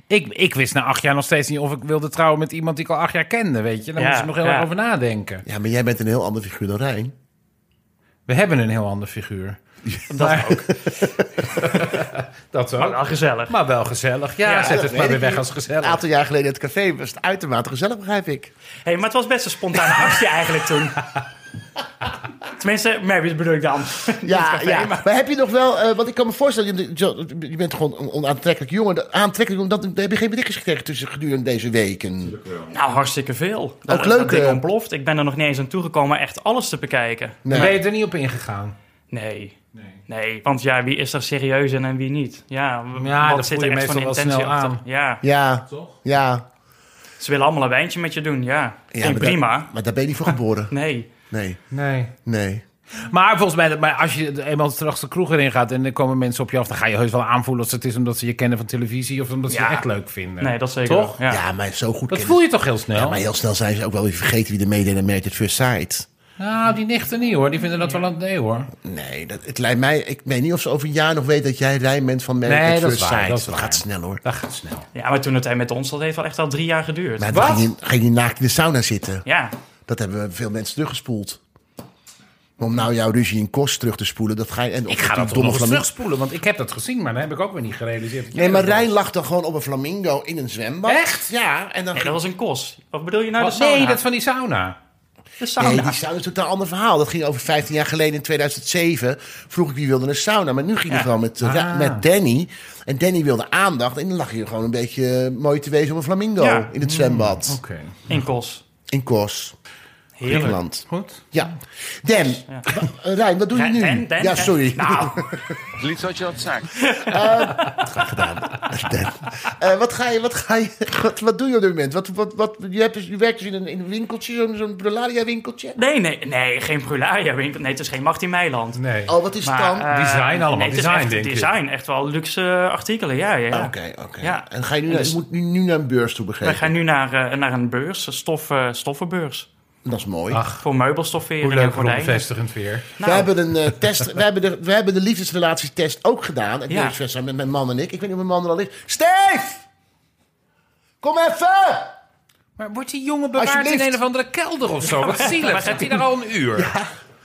Ik, ik wist na acht jaar nog steeds niet of ik wilde trouwen met iemand die ik al acht jaar kende, weet je. Daar Ja, moest ik nog heel ja. erg over nadenken. Ja, maar jij bent een heel ander figuur dan Rijn. We hebben een heel ander figuur. Dat ook. Dat Wel gezellig. Maar wel gezellig. Ja, Ja, zet dat het maar weet weer ik weg niet. als Een gezellig. aantal jaar geleden in het café was het uitermate gezellig, begrijp ik. Hey, maar het was best een spontane actie eigenlijk toen. Tenminste, Marys bedoel ik dan. Ja, ja. Maar heb je nog wel, eh, want ik kan me voorstellen, je, je- je bent gewoon een onaantrekkelijk jongen. Dat- Aantrekkelijk, omdat daar heb je geen berichtjes gekregen tussen gedurende deze weken. Nou, hartstikke veel. Dat, Ook leuk, eh. dat ding hè? ontploft. Ik ben er nog niet eens aan toegekomen echt alles te bekijken. Ben je Nee. er niet op ingegaan? Nee. nee. want ja, wie is er serieus in en wie niet? Ja, w- Ja, wat dat zit voel er je echt van meestal wel intentie snel achter? aan. Ja, Ja, ja. ze willen allemaal een wijntje met je doen, ja. Vind ik maar prima. Daar, maar daar ben je niet voor geboren. Nee. Nee, Nee. nee. Maar volgens mij, dat- maar als je eenmaal straks de kroeg erin gaat en er komen mensen op je af, dan ga je heus wel aanvoelen of het is omdat ze je kennen van televisie of omdat ze Ja. je echt leuk vinden. Nee, dat zeker. Toch? Ja. Ja, maar zo goed Dat kennen- voel je toch heel snel? Ja, maar heel snel zijn ze ook wel weer vergeten wie er meedeed aan Married at First Sight. Nou, die nichten niet hoor. Die vinden dat wel aan nee hoor. Nee, dat, het lijkt mij... Ik weet niet of ze over een jaar nog weet dat jij Rijn bent van Married Nee, at dat First is waar, Sight. dat is waar. gaat snel hoor. Dat gaat snel. Ja, maar toen het hij met ons, dat heeft wel echt al drie jaar geduurd. Maar Wat? dan ging je, ging je naakt in de sauna zitten. Ja, Dat hebben we veel mensen teruggespoeld. Om nou jouw ruzie in kost terug te spoelen, dat ga je... En, Ik ga dat toch domme nog eens flamingo- terugspoelen, want ik heb dat gezien, maar dat heb ik ook weer niet gerealiseerd. dat jij Nee, maar dat was. Rijn lag dan gewoon op een flamingo in een zwembad. Echt? Ja, en dan... nee, ging- dat was een kos. Wat bedoel je nou? Wat? de sauna? Nee, dat van die sauna. de Nee, sauna. die sauna is een totaal ander verhaal. Dat ging over 15 jaar geleden in 2007. Vroeg ik wie wilde een sauna. Maar nu ging het gewoon met, eh, Ah. ra- met Danny. En Danny wilde aandacht. En dan lag je gewoon een beetje eh, mooi te wezen op een flamingo. Ja. In het zwembad. Mm, Oké. In kos. In Kos. Heerlijk. Griekenland. Goed. Ja. Dan. wa- eh, Rijn, wat doe je Dan, nu? dan, dan, ja, dan. sorry. Nou, Het liefst had je dat zaakt. Dan. Eh, wat ga je, wat ga je, wat, wat doe je op dit moment? Wat, wat, wat, je, hebt dus, je werkt dus in een, in een winkeltje, zo'n zo'n brularia winkeltje. nee, nee, nee, geen Brularia winkel. Nee, het is geen Martin Meiland. Nee. Oh, wat is het dan? eh, Design allemaal, nee, het is design, echt denk ik. Design, echt wel luxe eh, artikelen, ja. ja, ja. Ah, Oké, oké. Ja. En ga je nu, naar, dus- je moet nu, nu naar een beurs toe We begrepen. gaan nu naar, eh, naar een beurs, een stof, eh, stoffenbeurs. Dat is mooi. Ach, Voor meubelstoffering Hoe leuk, en gordijnen. bevestigend weer. nou. We hebben een eh, test. We hebben, de, we hebben de liefdesrelatietest ook gedaan. En Ja. ja. met mijn man en ik. Ik weet niet of mijn man er al is. Steef! Kom even! Oh, Maar wordt die jongen bewaard in Alsjeblieft. een of andere kelder of zo? Wat zielig. Zit hij daar al een uur?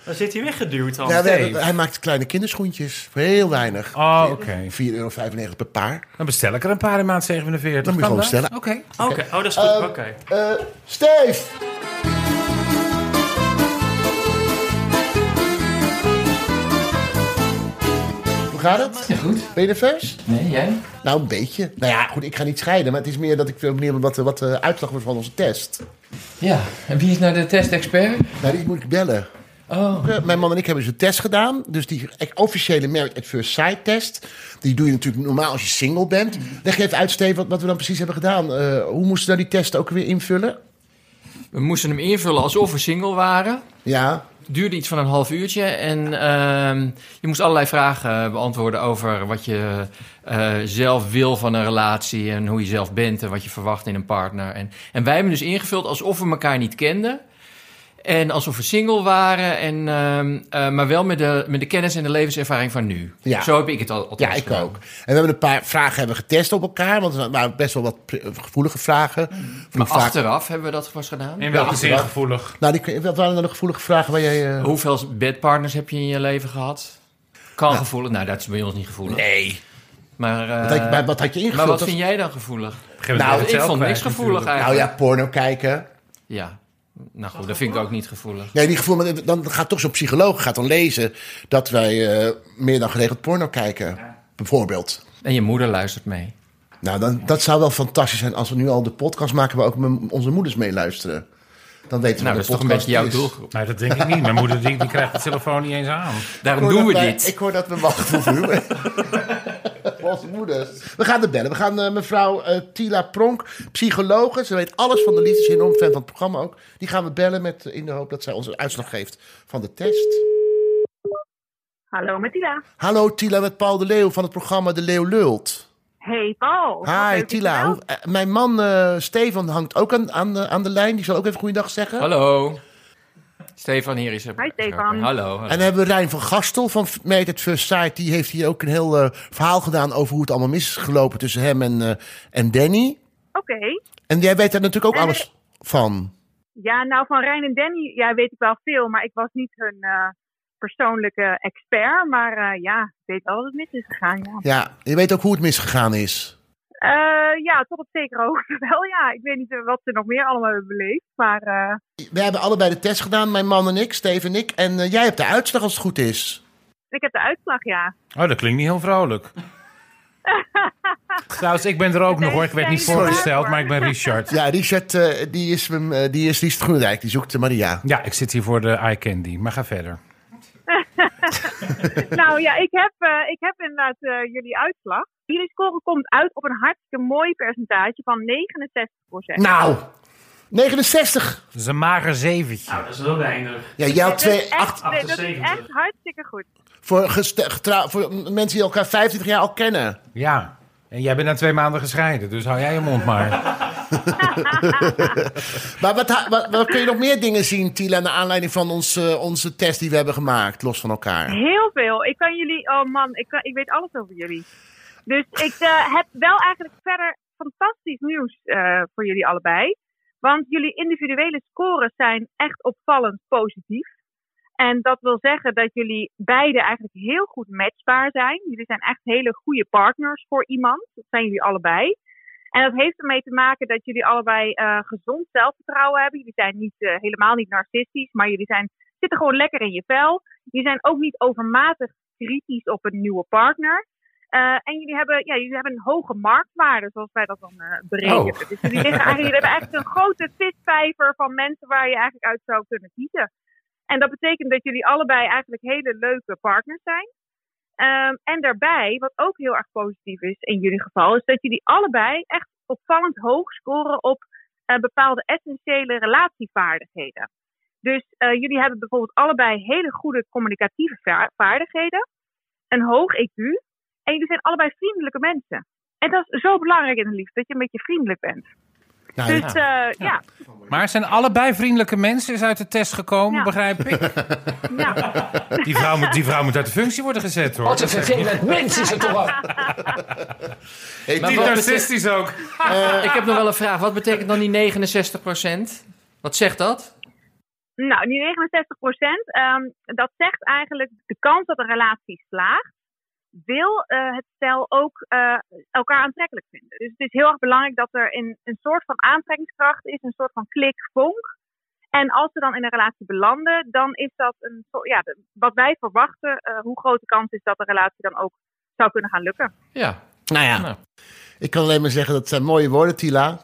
Dan zit hij weggeduwd dan. Ja, Nou, we Steef. hebben- hij maakt kleine kinderschoentjes. Voor heel weinig. Oh, oké. 4,95 euro per paar. Dan bestel ik er een paar in maand 47. Dan moet je Kan gewoon dat? bestellen. Oké. Oké, oh, dat is goed. Oké. Eh Steef! Hoe gaat het? goed. Ben je nerveus? Nee, jij? Nou, een beetje. Nou ja, goed, ik ga niet scheiden. Maar het is meer dat ik ben benieuwd wat, de- wat de uitslag wordt van onze test. Ja, en wie is nou de testexpert? Nou, die moet ik bellen. Oh, Eh, Mijn man en ik hebben dus een test gedaan. Dus die officiële Merit at First Sight test. Die doe je natuurlijk normaal als je single bent. Leg je even uit, Steve, wat, wat we dan precies hebben gedaan. Eh, hoe moesten we nou die test ook weer invullen? we moesten hem invullen alsof we single waren. Ja, duurde iets van een half uurtje. En ehm, je moest allerlei vragen beantwoorden over wat je eh, zelf wil van een relatie. En hoe je zelf bent en wat je verwacht in een partner. En, en wij hebben dus ingevuld alsof we elkaar niet kenden. En alsof we single waren, en, ehm, eh, maar wel met de, met de kennis en de levenservaring van nu. Ja. Zo heb ik het al, althans Ja, ik gedaan. ook. En we hebben een paar vragen hebben getest op elkaar. Want er waren best wel wat pri- gevoelige vragen. Van Mm. Maar die vraag- achteraf hebben we dat pas gedaan. In welke Ja, zin ja. gevoelig? Nou, die, wat waren dan de gevoelige vragen waar jij... eh, Hoeveel bedpartners heb je in je leven gehad? Kan gevoelig. Nou, dat is bij ons niet gevoelig. Nee. Maar, eh, Wat had, je- wat had je ingevuld? maar wat Dat- vind jij dan gevoelig? Nou, ik vond niks gevoelig Nou eigenlijk. ja, porno kijken. ja. Nou goed, dat vind ik ook niet gevoelig. Nee, die gevoel, maar dan gaat toch zo'n psycholoog gaat dan lezen dat wij eh, meer dan geregeld porno kijken. Bijvoorbeeld. En je moeder luistert mee. Nou, dan, dat zou wel fantastisch zijn als we nu al de podcast maken waar ook m- onze moeders mee luisteren. Dan weten we Nou, wat dat is de toch een podcast beetje jouw is. doelgroep. Nee, dat denk ik niet. Mijn moeder die, die krijgt de telefoon niet eens aan. Ik Daarom hoor doen we dat wij- dit. Ik hoor dat we wachten vervuilen. Onze moeders. We gaan er bellen. We gaan eh, mevrouw eh, Tila Pronk, psychologe. Ze weet alles van de liefde. Ze is enorm fan van het programma ook. Die gaan we bellen met, eh, in de hoop dat zij ons een uitslag geeft van de test. Hallo Mattila. Hallo Tila, met Paul de Leeuw van het programma De Leeuw Lult. Hey Paul. Wat leuk Hi dat je Tila. belt. Hoe- eh, mijn man eh, Stefan hangt ook aan, aan, de, aan de lijn. Die zal ook even goeiedag zeggen. Hallo. Stefan hier is er. Hi, Stefan. Hallo. hallo. En dan hebben we Rijn van Gastel van Made at First Sight. Die heeft hier ook een heel eh, verhaal gedaan over hoe het allemaal mis is gelopen tussen hem en, eh, en Danny. Oké. En jij weet daar natuurlijk ook Eh. alles van. Ja, nou van Rijn en Danny ja, weet ik wel veel, maar ik was niet hun eh, persoonlijke expert. Maar eh, ja, ik weet wel dat het mis is gegaan. Ja, Ja, je weet ook hoe het misgegaan is. Eh, ja tot op zekere hoogte wel. Ja, ik weet niet eh, wat ze nog meer allemaal hebben beleefd. Maar eh, We hebben allebei de test gedaan, mijn man en ik, Steven en ik. En eh, jij hebt de uitslag als het goed is. ik heb de uitslag, ja. Oh, dat klinkt niet heel vrolijk. Trouwens, ik ben er ook nog hoor. Ik werd niet Sorry. voorgesteld, maar ik ben Richard. Ja, Richard, eh, die is, hem, eh, die is, die is Groenrijk, die zoekt eh, Maria. Ja, ik zit hier voor de eye candy. Maar ga verder. nou ja, ik heb, eh, ik heb inderdaad eh, jullie uitslag. Jullie score komt uit op een hartstikke mooi percentage van 69%. Nou, 69. Dat is een mager zeventje. Nou, dat is heel weinig. Ja, jij had Dat is twee, echt- acht, nee, dat is echt 78. hartstikke goed. voor, geste- getra- voor mensen die elkaar 25 jaar al kennen. Ja. En jij bent na twee maanden gescheiden, dus hou jij je mond maar. Maar wat, ha- wat, wat kun je nog meer dingen zien, Tila, naar aanleiding van onze, onze test die we hebben gemaakt, los van elkaar? Heel veel. Ik kan jullie, oh man, ik, kan, ik weet alles over jullie. Dus ik eh, heb wel eigenlijk verder fantastisch nieuws eh, voor jullie allebei. Want jullie individuele scores zijn echt opvallend positief. En dat wil zeggen dat jullie beiden eigenlijk heel goed matchbaar zijn. Jullie zijn echt hele goede partners voor iemand. Dat zijn jullie allebei. En dat heeft ermee te maken dat jullie allebei eh, gezond zelfvertrouwen hebben. Jullie zijn niet, eh, helemaal niet narcistisch, maar jullie zijn, zitten gewoon lekker in je vel. Jullie zijn ook niet overmatig kritisch op een nieuwe partner. Eh, en jullie hebben, ja, jullie hebben een hoge marktwaarde, zoals wij dat dan eh berekenen. Oh. Dus jullie, liggen eigenlijk, jullie hebben eigenlijk een grote visvijver van mensen waar je eigenlijk uit zou kunnen kiezen. En dat betekent dat jullie allebei eigenlijk hele leuke partners zijn. Ehm, en daarbij, wat ook heel erg positief is in jullie geval, is dat jullie allebei echt opvallend hoog scoren op eh, bepaalde essentiële relatievaardigheden. Dus eh, jullie hebben bijvoorbeeld allebei hele goede communicatieve va- vaardigheden, een hoog EQ en jullie zijn allebei vriendelijke mensen. En dat is zo belangrijk in de liefde, dat je een beetje vriendelijk bent. Nou, Dus eh, ja, Maar zijn allebei vriendelijke mensen is uit de test gekomen, Ja. begrijp ik? ja. Die vrouw, moet, die vrouw moet uit de functie worden gezet, hoor. Wat een vervelend mens is het toch ook. hey, Maar Die wat narcistisch ook. Ik heb nog wel een vraag. Wat betekent dan die 69 Wat zegt dat? Nou, die 69 procent, ehm, dat zegt eigenlijk de kans dat een relatie slaagt, wil eh, het stel ook eh, elkaar aantrekkelijk vinden. Dus het is heel erg belangrijk dat er een, een soort van aantrekkingskracht is, een soort van klik, vonk. En als ze dan in een relatie belanden, dan is dat een soort, ja, de- wat wij verwachten, eh, hoe groot de kans is dat de relatie dan ook zou kunnen gaan lukken. Ja. nou Nou. ja, ik kan alleen maar zeggen dat zijn mooie woorden, Tila.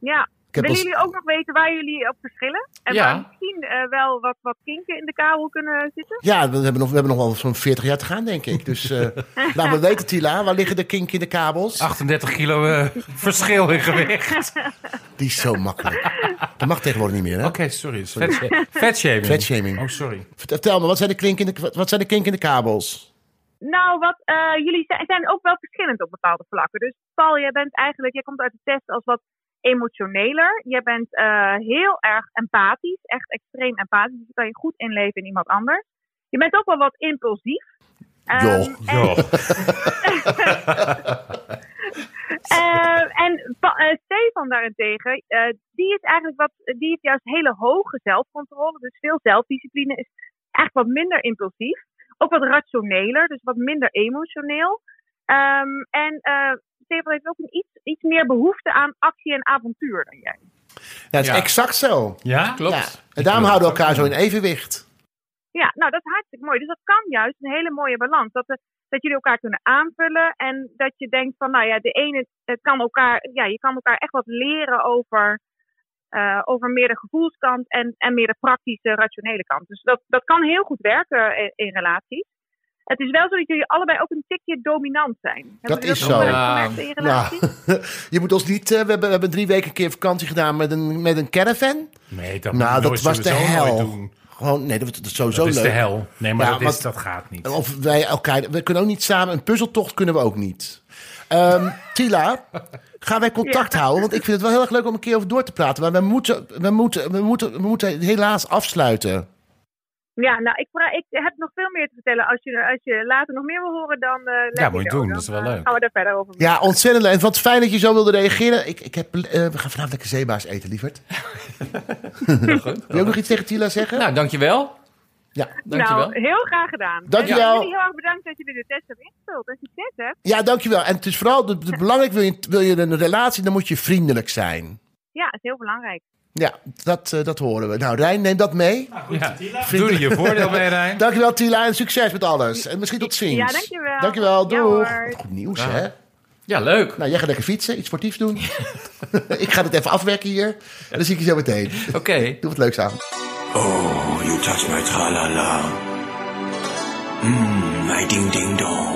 Ja. heb Willen als- jullie ook nog weten waar jullie op verschillen? En Ja. waar misschien eh, wel wat, wat kinken in de kabel kunnen zitten? Ja, we hebben nog, we hebben nog wel zo'n 40 jaar te gaan, denk ik. Dus eh laat me weten, Tila. Waar liggen de kink Ah. in de kabels? 38 kilo eh, verschil in gewicht. Die is zo makkelijk. Dat mag tegenwoordig niet meer, hè? Oké, sorry. sorry. Vet- Vetshaming. Vetshaming. Oh, sorry. Vertel me, wat zijn de klinkende, wat- wat zijn de klinkende kabels? Nou, wat, eh, jullie zijn, zijn ook wel verschillend op bepaalde vlakken. Dus Paul, jij bent eigenlijk, jij komt uit de test als wat emotioneler. Jij bent eh, heel erg empathisch, echt extreem empathisch. Dus je kan je goed inleven in iemand anders. Je bent ook wel wat impulsief. Ehm, Joh, en- Eh, en Pa- eh, Stefan daarentegen, eh, die is eigenlijk wat, die heeft juist hele hoge zelfcontrole. Dus veel zelfdiscipline is eigenlijk wat minder impulsief. Ook wat rationeler, dus wat minder emotioneel. Ehm, en eh, Stefan heeft ook een iets, iets meer behoefte aan actie en avontuur dan jij. Ja, het is Ja. exact zo. Ja? Klopt. En daarom houden we elkaar zo in evenwicht. Ja, nou dat is hartstikke mooi. Dus dat kan juist een hele mooie balans. Dat, we- dat jullie elkaar kunnen aanvullen. En dat je denkt van, nou ja, de ene het kan elkaar, ja, je kan elkaar echt wat leren over, eh, over meer de gevoelskant en, en meer de praktische, rationele kant. Dus dat, dat kan heel goed werken in, in relaties. Het is wel zo dat jullie allebei ook een tikje dominant zijn. Hebben Dat jullie is ook zo. wel eens Ja. gemerkt in je Nou, relatie? je moet ons niet. eh, we, hebben, we hebben drie weken een keer vakantie gedaan met een, met een caravan. Nee, dat, nou, dat nooit was de sowieso nooit hel. doen. Gewoon, nee, dat, dat is sowieso Dat is leuk. de hel. Nee, maar Ja, dat, is, want- dat gaat niet. En Of wij elkaar. We kunnen ook niet samen. Een puzzeltocht kunnen we ook niet. Ehm, Tila, gaan wij contact houden? Want ik vind het wel heel erg leuk om een keer over door te praten. Maar we moeten, we moeten, we moeten, we moeten helaas afsluiten. Ja, nou, ik, vra- ik heb nog veel meer te vertellen. Als je, als je later nog meer wil horen, dan. eh, laat Ja, me moet je zo. doen. Dan, Dat is wel eh, leuk. Gaan we daar verder over Ja, ontzettend leuk. En wat fijn dat je zo wilde reageren. Ik, ik heb, eh, we gaan vanavond lekker zeebaars eten, lieverd. Wil je ook nog iets tegen Tila zeggen? Nou, dankjewel. Ja. Dankjewel. Nou, heel graag gedaan. Dankjewel. En jullie heel erg bedankt dat jullie de test hebben ingevuld. En succes, hè? Ja, dankjewel. En het is vooral de, de belangrijk, wil je, wil je een relatie, dan moet je vriendelijk zijn. Ja, is heel belangrijk. Ja, dat, eh, dat horen we. Nou, Rijn, neem dat mee. Ja. Doe er je voordeel bij, Rijn. Dankjewel, Tila, en succes met alles. En misschien tot ziens. Ja, dankjewel. Dankjewel, Ja, doeg. hoor. Wat Goed nieuws, hè? Ja, leuk. Nou, jij gaat lekker fietsen, iets sportiefs doen. Ik ga dit even afwerken hier. En dan zie ik je zo meteen. Oké. Doe wat leuks aan. Oh, you touch my tra-la-la. Mmm, my ding-ding-dong.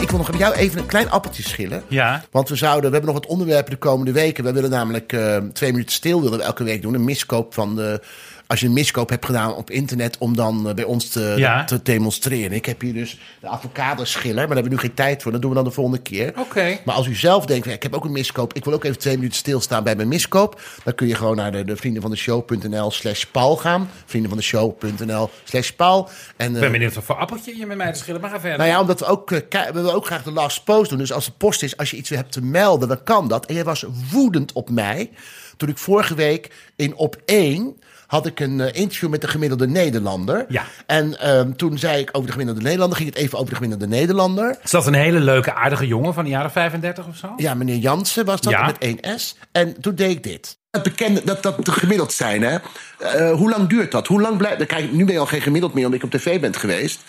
Ik wil nog met jou even een klein appeltje schillen. Ja. Want we, zouden, we hebben nog wat onderwerpen de komende weken. We willen namelijk eh, twee minuten stil willen we elke week doen. Een miskoop van de. Als je een miskoop hebt gedaan op internet om dan eh, bij ons te, Ja. te demonstreren. Ik heb hier dus de avocadoschiller, maar daar hebben we nu geen tijd voor. Dat doen we dan de volgende keer. Oké. Maar als u zelf denkt, ik heb ook een miskoop. Ik wil ook even twee minuten stilstaan bij mijn miskoop. Dan kun je gewoon naar de, de vriendenvandeshow.nl slash paal gaan. Vriendenvandeshow.nl slash paal. En, eh, Ik ben benieuwd wat voor appeltje je met mij te schillen. Maar ga verder. nou ja, omdat we ook, eh, ki- we willen ook graag de last post doen. Dus als de post is, als je iets hebt te melden, dan kan dat. En jij was woedend op mij. Toen ik vorige week in Op 1 had ik een eh, interview met de gemiddelde Nederlander. Ja. En ehm, toen zei ik over de gemiddelde Nederlander, ging het even over de gemiddelde Nederlander. Is dat een hele leuke, aardige jongen van de jaren 35 of zo? Ja, meneer Jansen was dat, Ja. met één S. En toen deed ik dit. Het bekende, dat dat de gemiddeld zijn, hè. Eh, hoe lang duurt dat? Hoe lang blijft... dan Kijk, nu ben je al geen gemiddeld meer, omdat ik op tv ben geweest.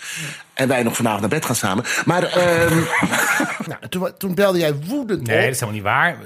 En wij nog vanavond naar bed gaan samen. Maar ehm, nou, toen, toen belde jij woedend Nee, dat op. is helemaal niet waar.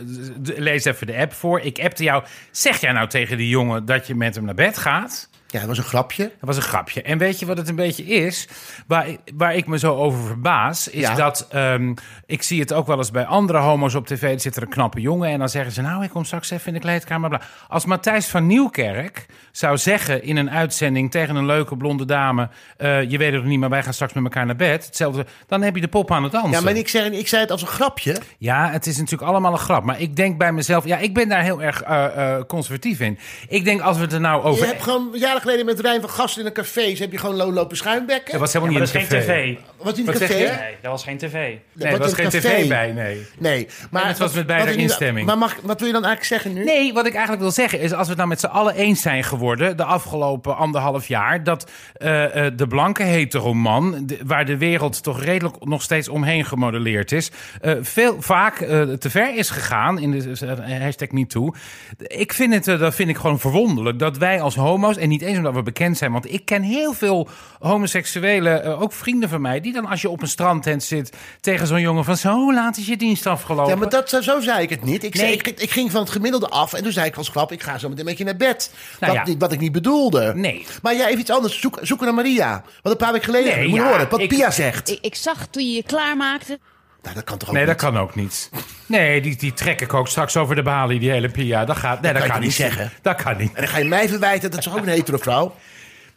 Lees even de app voor. Ik appte jou. Zeg jij nou tegen die jongen dat je met hem naar bed gaat? Ja, dat was een grapje. Dat was een grapje. En weet je wat het een beetje is? Waar, waar ik me zo over verbaas, is Ja. dat... ehm, ik zie het ook wel eens bij andere homo's op tv. Er zit er een knappe jongen en dan zeggen ze... nou, ik kom straks even in de kleedkamer. Bla. Als Matthijs van Nieuwkerk zou zeggen in een uitzending... tegen een leuke blonde dame... eh, je weet het nog niet, maar wij gaan straks met elkaar naar bed. Hetzelfde, dan heb je de pop aan het dansen. Ja, maar ik zei, ik zei het als een grapje. Ja, het is natuurlijk allemaal een grap. Maar ik denk bij mezelf... Ja, ik ben daar heel erg eh, eh, conservatief in. Ik denk als we het er nou Je over... hebt gewoon jaren geleden met Rijn van Gasten in een café... Ze heb je gewoon lo- lopen schuimbekken. Dat was helemaal Maar dat niet is in geen het café. tv. was in een wat zeg café? je? Nee, Nee, dat was geen tv. Nee, er was geen tv bij, nee. Nee, maar... En het was wat- met beide wat wil je- instemming. Maar mag, wat wil je dan eigenlijk zeggen nu? Nee, wat ik eigenlijk wil zeggen is... als we het nou met z'n allen eens zijn geworden... de afgelopen anderhalf jaar... dat eh, eh, de blanke heteroman... de- waar de wereld toch redelijk nog steeds omheen gemodelleerd is... eh, veel vaak eh, te ver is gegaan in de eh, hashtag MeToo. Ik vind het, eh, dat vind ik gewoon verwonderlijk... dat wij als homo's, en niet eens omdat we bekend zijn... want ik ken heel veel homoseksuelen, eh, ook vrienden van mij... die dan als je op een strandtent zit... tegen zo'n jongen van... zo laat is je dienst afgelopen. Ja, maar dat, zo, zo zei ik het niet. Ik, zei, Nee. ik, ik ging van het gemiddelde af en toen zei ik als grap... ik ga zo meteen met je naar bed. Nou dat, ja. Wat ik niet bedoelde. Nee. Maar jij even iets anders. Zoek, zoeken naar Maria. Wat een paar weken geleden. Nee, je moet ja, horen wat ik- Pia zegt. Ik, ik zag toen je je klaarmaakte Nou, dat kan toch ook Nee, dat niet? kan ook niet. Nee, die, die trek ik ook straks over de balie, die hele Pia. Dat gaat, nee, dat, kan je kan niet niet zeggen. Dat kan niet. En dan ga je mij verwijten, dat is ook een hetero vrouw.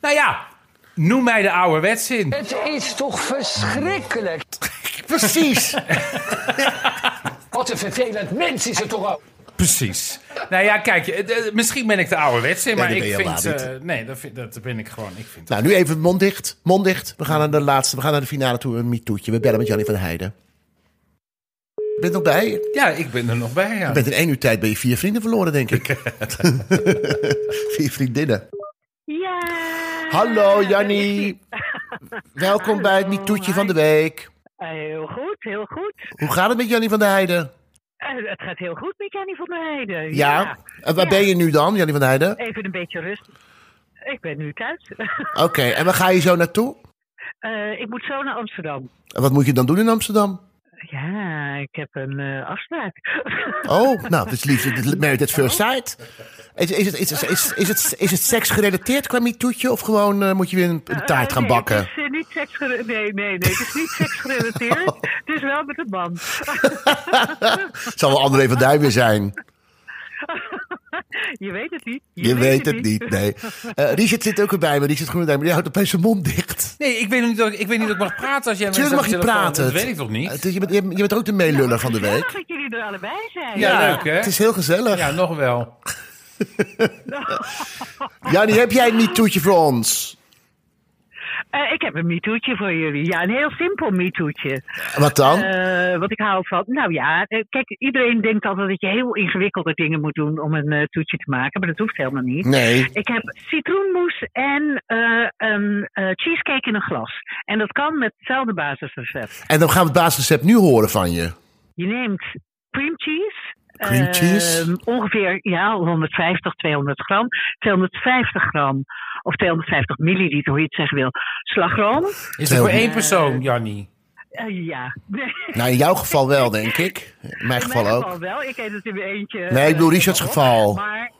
Nou ja, noem mij de ouderwets in. Het is toch verschrikkelijk. Precies. Wat een vervelend mens is het toch ook. Precies. Nou ja, kijk, eh, eh, misschien ben ik de ouderwets in, maar dat ben ik je vind... helemaal eh, nee, dat, vind- dat ben ik gewoon... Ik vind nou, nu even mond dicht. Mond dicht. We gaan naar de laatste. We gaan naar de finale toe. Een MeToo'tje. We bellen met Jannie van Heijden. Je bent nog bij? Je ja, ik ben er nog bij, ja. bent in één uur tijd ben je vier vrienden verloren, denk ik. vier vriendinnen. Ja. Hallo, Jannie. Welkom bij het MeToo'tje van de week. Eh, Heel goed, heel goed. Hoe gaat het met Jannie van der Heijden? Eh, het gaat heel goed met Jannie van der Heijden. Ja. En waar Ja. ben je nu dan, Jannie van der Heijden? Even een beetje rust. Ik ben nu thuis. Oké, en waar ga je zo naartoe? Eh, ik moet zo naar Amsterdam. En wat moet je dan doen in Amsterdam? Ja, ik heb een eh, afspraak. Oh, nou, dat is lief. Het is Married at first sight. Is, is, het, is, is, is, is het, is het seks gerelateerd qua MeToo'tje? Of gewoon eh, moet je weer een, een taart Eh, gaan nee, bakken? Het is, eh, niet seksgere- nee, nee, nee, het is niet seksgerelateerd. het is wel met een man. Zal wel André van Duin weer zijn. Je weet het niet. Je, weet het niet, nee. Eh, Richard zit ook erbij, maar Richard Groenendijk, maar die houdt opeens zijn mond dicht. Nee, ik weet nog niet of ik, ik, weet niet of ik mag praten als jij... met Tuurlijk zo'n mag je telefoon- praten. Eh, Dat weet ik toch niet? Het is- je, bent, je bent- je bent ook de meeluller van de Gezellig week. dat jullie er allebei zijn. Ja, leuk, hè? Het is heel gezellig. Ja, nog wel. Jannie, heb jij een MeToo'tje voor ons? Eh, ik heb een MeToo'tje voor jullie. Ja, een heel simpel MeToo'tje. Wat dan? Eh, wat ik hou van. Nou ja, eh, kijk, iedereen denkt altijd dat je heel ingewikkelde dingen moet doen om een eh, toetje te maken. Maar dat hoeft helemaal niet. nee. Ik heb citroenmoes en eh, een eh, cheesecake in een glas. En dat kan met hetzelfde basisrecept. En dan gaan we het basisrecept nu horen van je. Je neemt cream cheese. Cream eh, cheese? ongeveer ja, 150, 200 gram. 250 gram of 250 milliliter, hoe je het zeggen wil. Slagroom. Is het voor Eh, één persoon, Jannie? Eh, ja. In Nou, in jouw geval wel, denk ik. In mijn geval mijn ook. geval wel. Ik eet het in mijn eentje. Nee, eh, ik bedoel Richards op. geval. Maar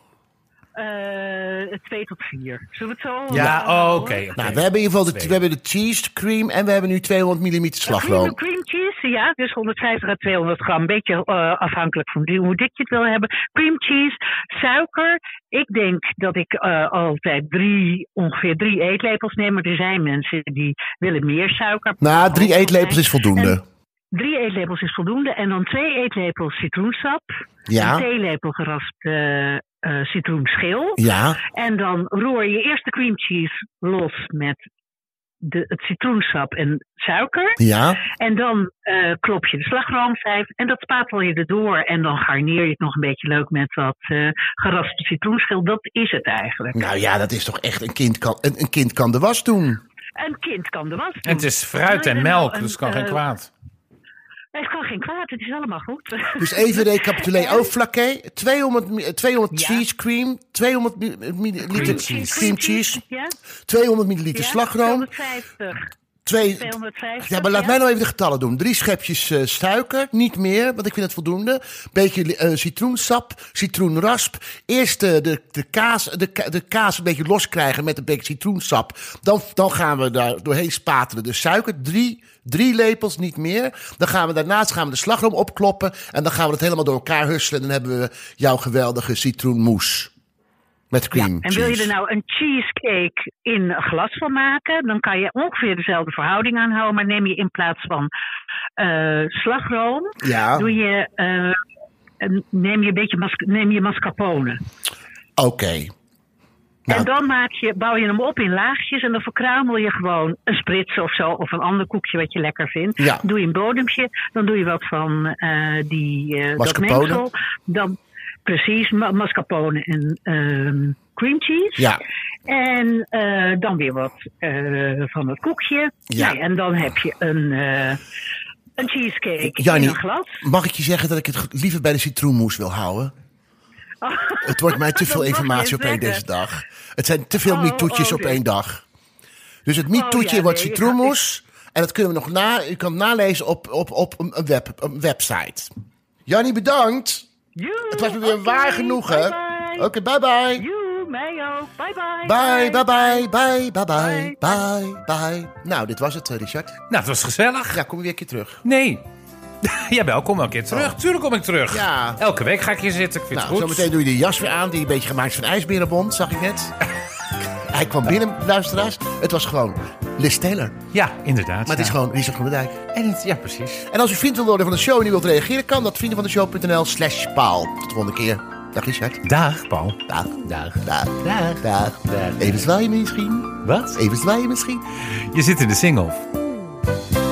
eh twee tot vier. Zullen we het zo? Ja, eh, oh, oké. doen? Nou, oké. we hebben in ieder geval de, we hebben de cheese cream en we hebben nu 200 mm Cream, slagroom. cream cheese, ja, dus 150 à 200 gram. Een beetje eh, afhankelijk van die- hoe dik je het wil hebben. Cream cheese, suiker. Ik denk dat ik eh, altijd drie, ongeveer drie eetlepels neem. Maar er zijn mensen die willen meer suiker. Nou, drie eetlepels is voldoende. Oh, En drie eetlepels is voldoende. En dan twee eetlepels citroensap. Een Ja, theelepel geraspt eh, eh, citroenschil. ja. En dan roer je eerst de cream cheese los met de, het citroensap en suiker. Ja, En dan eh, klop je de slagroomschijf en dat spatel je erdoor. En dan garneer je het nog een beetje leuk met wat eh geraspte citroenschil. Dat is het eigenlijk. nou ja, dat is toch echt een kind kan, een, een kind kan de was doen. Een kind kan de was doen. En het is fruit en Nou, nou, melk, een, dus het kan geen eh, kwaad. Het kan geen kwaad, het is allemaal goed. Dus even recapituleren. Oh, flaké, 200, mi- eh, 200 Ja. cheese cream, 200 mi- eh, milliliter cheese. cream cheese, Ja, 200 milliliter ja, slagroom, 250, twee. 250. Ja, maar laat mij nou even de getallen doen. Drie schepjes eh, suiker, niet meer, want ik vind het voldoende. Beetje li- eh, citroensap, citroenrasp. Eerst eh, de, de, kaas, de, ka- de kaas een beetje loskrijgen met een beetje citroensap. Dan, dan gaan we daar doorheen spatelen. Dus suiker, drie, drie lepels, niet meer. Dan gaan we daarnaast gaan we de slagroom opkloppen. En dan gaan we het helemaal door elkaar husselen. En dan hebben we jouw geweldige citroenmoes. Met cream En wil je er cheese. nou een cheesecake in een glas van maken, dan kan je ongeveer dezelfde verhouding aanhouden. Maar neem je in plaats van eh, slagroom, Ja, doe oké. je, eh, een- neem je een beetje mas- neem je mascarpone. Nou. En dan maak je, bouw je hem op in laagjes en dan verkruimel je gewoon een sprits of zo, of een ander koekje wat je lekker vindt. Ja. Doe je een bodempje, dan doe je wat van eh, die, eh, dat Mascarpone. mengsel. Dan, precies, ma- mascarpone en ehm, cream cheese. Ja. En eh, dan weer wat eh, van het koekje. Ja. Nee, en dan heb je een, eh, een cheesecake Jannie, in een glas. mag ik je zeggen dat ik het liever bij de citroenmoes wil houden? Het wordt mij te Oh. Dat veel mag je informatie op één zeggen. deze dag. Het zijn te veel Oh, mietoetjes oh, op dit. één dag. Dus het mietoetje Oh, ja, wordt nee, ja, citroenmoes. En dat kunnen we nog na. U kan het nalezen op, op, op een, een web, een website. Jannie, bedankt. Joe, Het was me weer oké, waar genoegen. bye-bye. Oké, bye bye. Joe, mij ook. Bye bye. Bye bye bye bye bye bye Bye. bye bye. Nou, dit was het, eh, Richard. Nou, het was gezellig. Ja, kom je weer een keer terug. Nee. ja, welkom wel een keer terug. Tuurlijk kom ik terug. Ja. Elke week ga ik hier zitten. Ik vind Nou, het goed. zometeen doe je de jas weer aan, die een beetje gemaakt is van ijsberenbond, zag ik net. Hij kwam binnen, luisteraars. Het was gewoon Liz Taylor. Maar Ja, inderdaad. het is gewoon Richard Groenendijk. gewoon... En het, ja, precies. En als u vriend wil worden van de show en u wilt reageren, kan dat vriendenvandeshow.nl slash paal. Tot de volgende keer. Dag Richard. Dag, Paul. Dag. Dag. Dag. Dag. Dag. Even zwaaien misschien. Wat? Even zwaaien misschien. Je zit in de singel.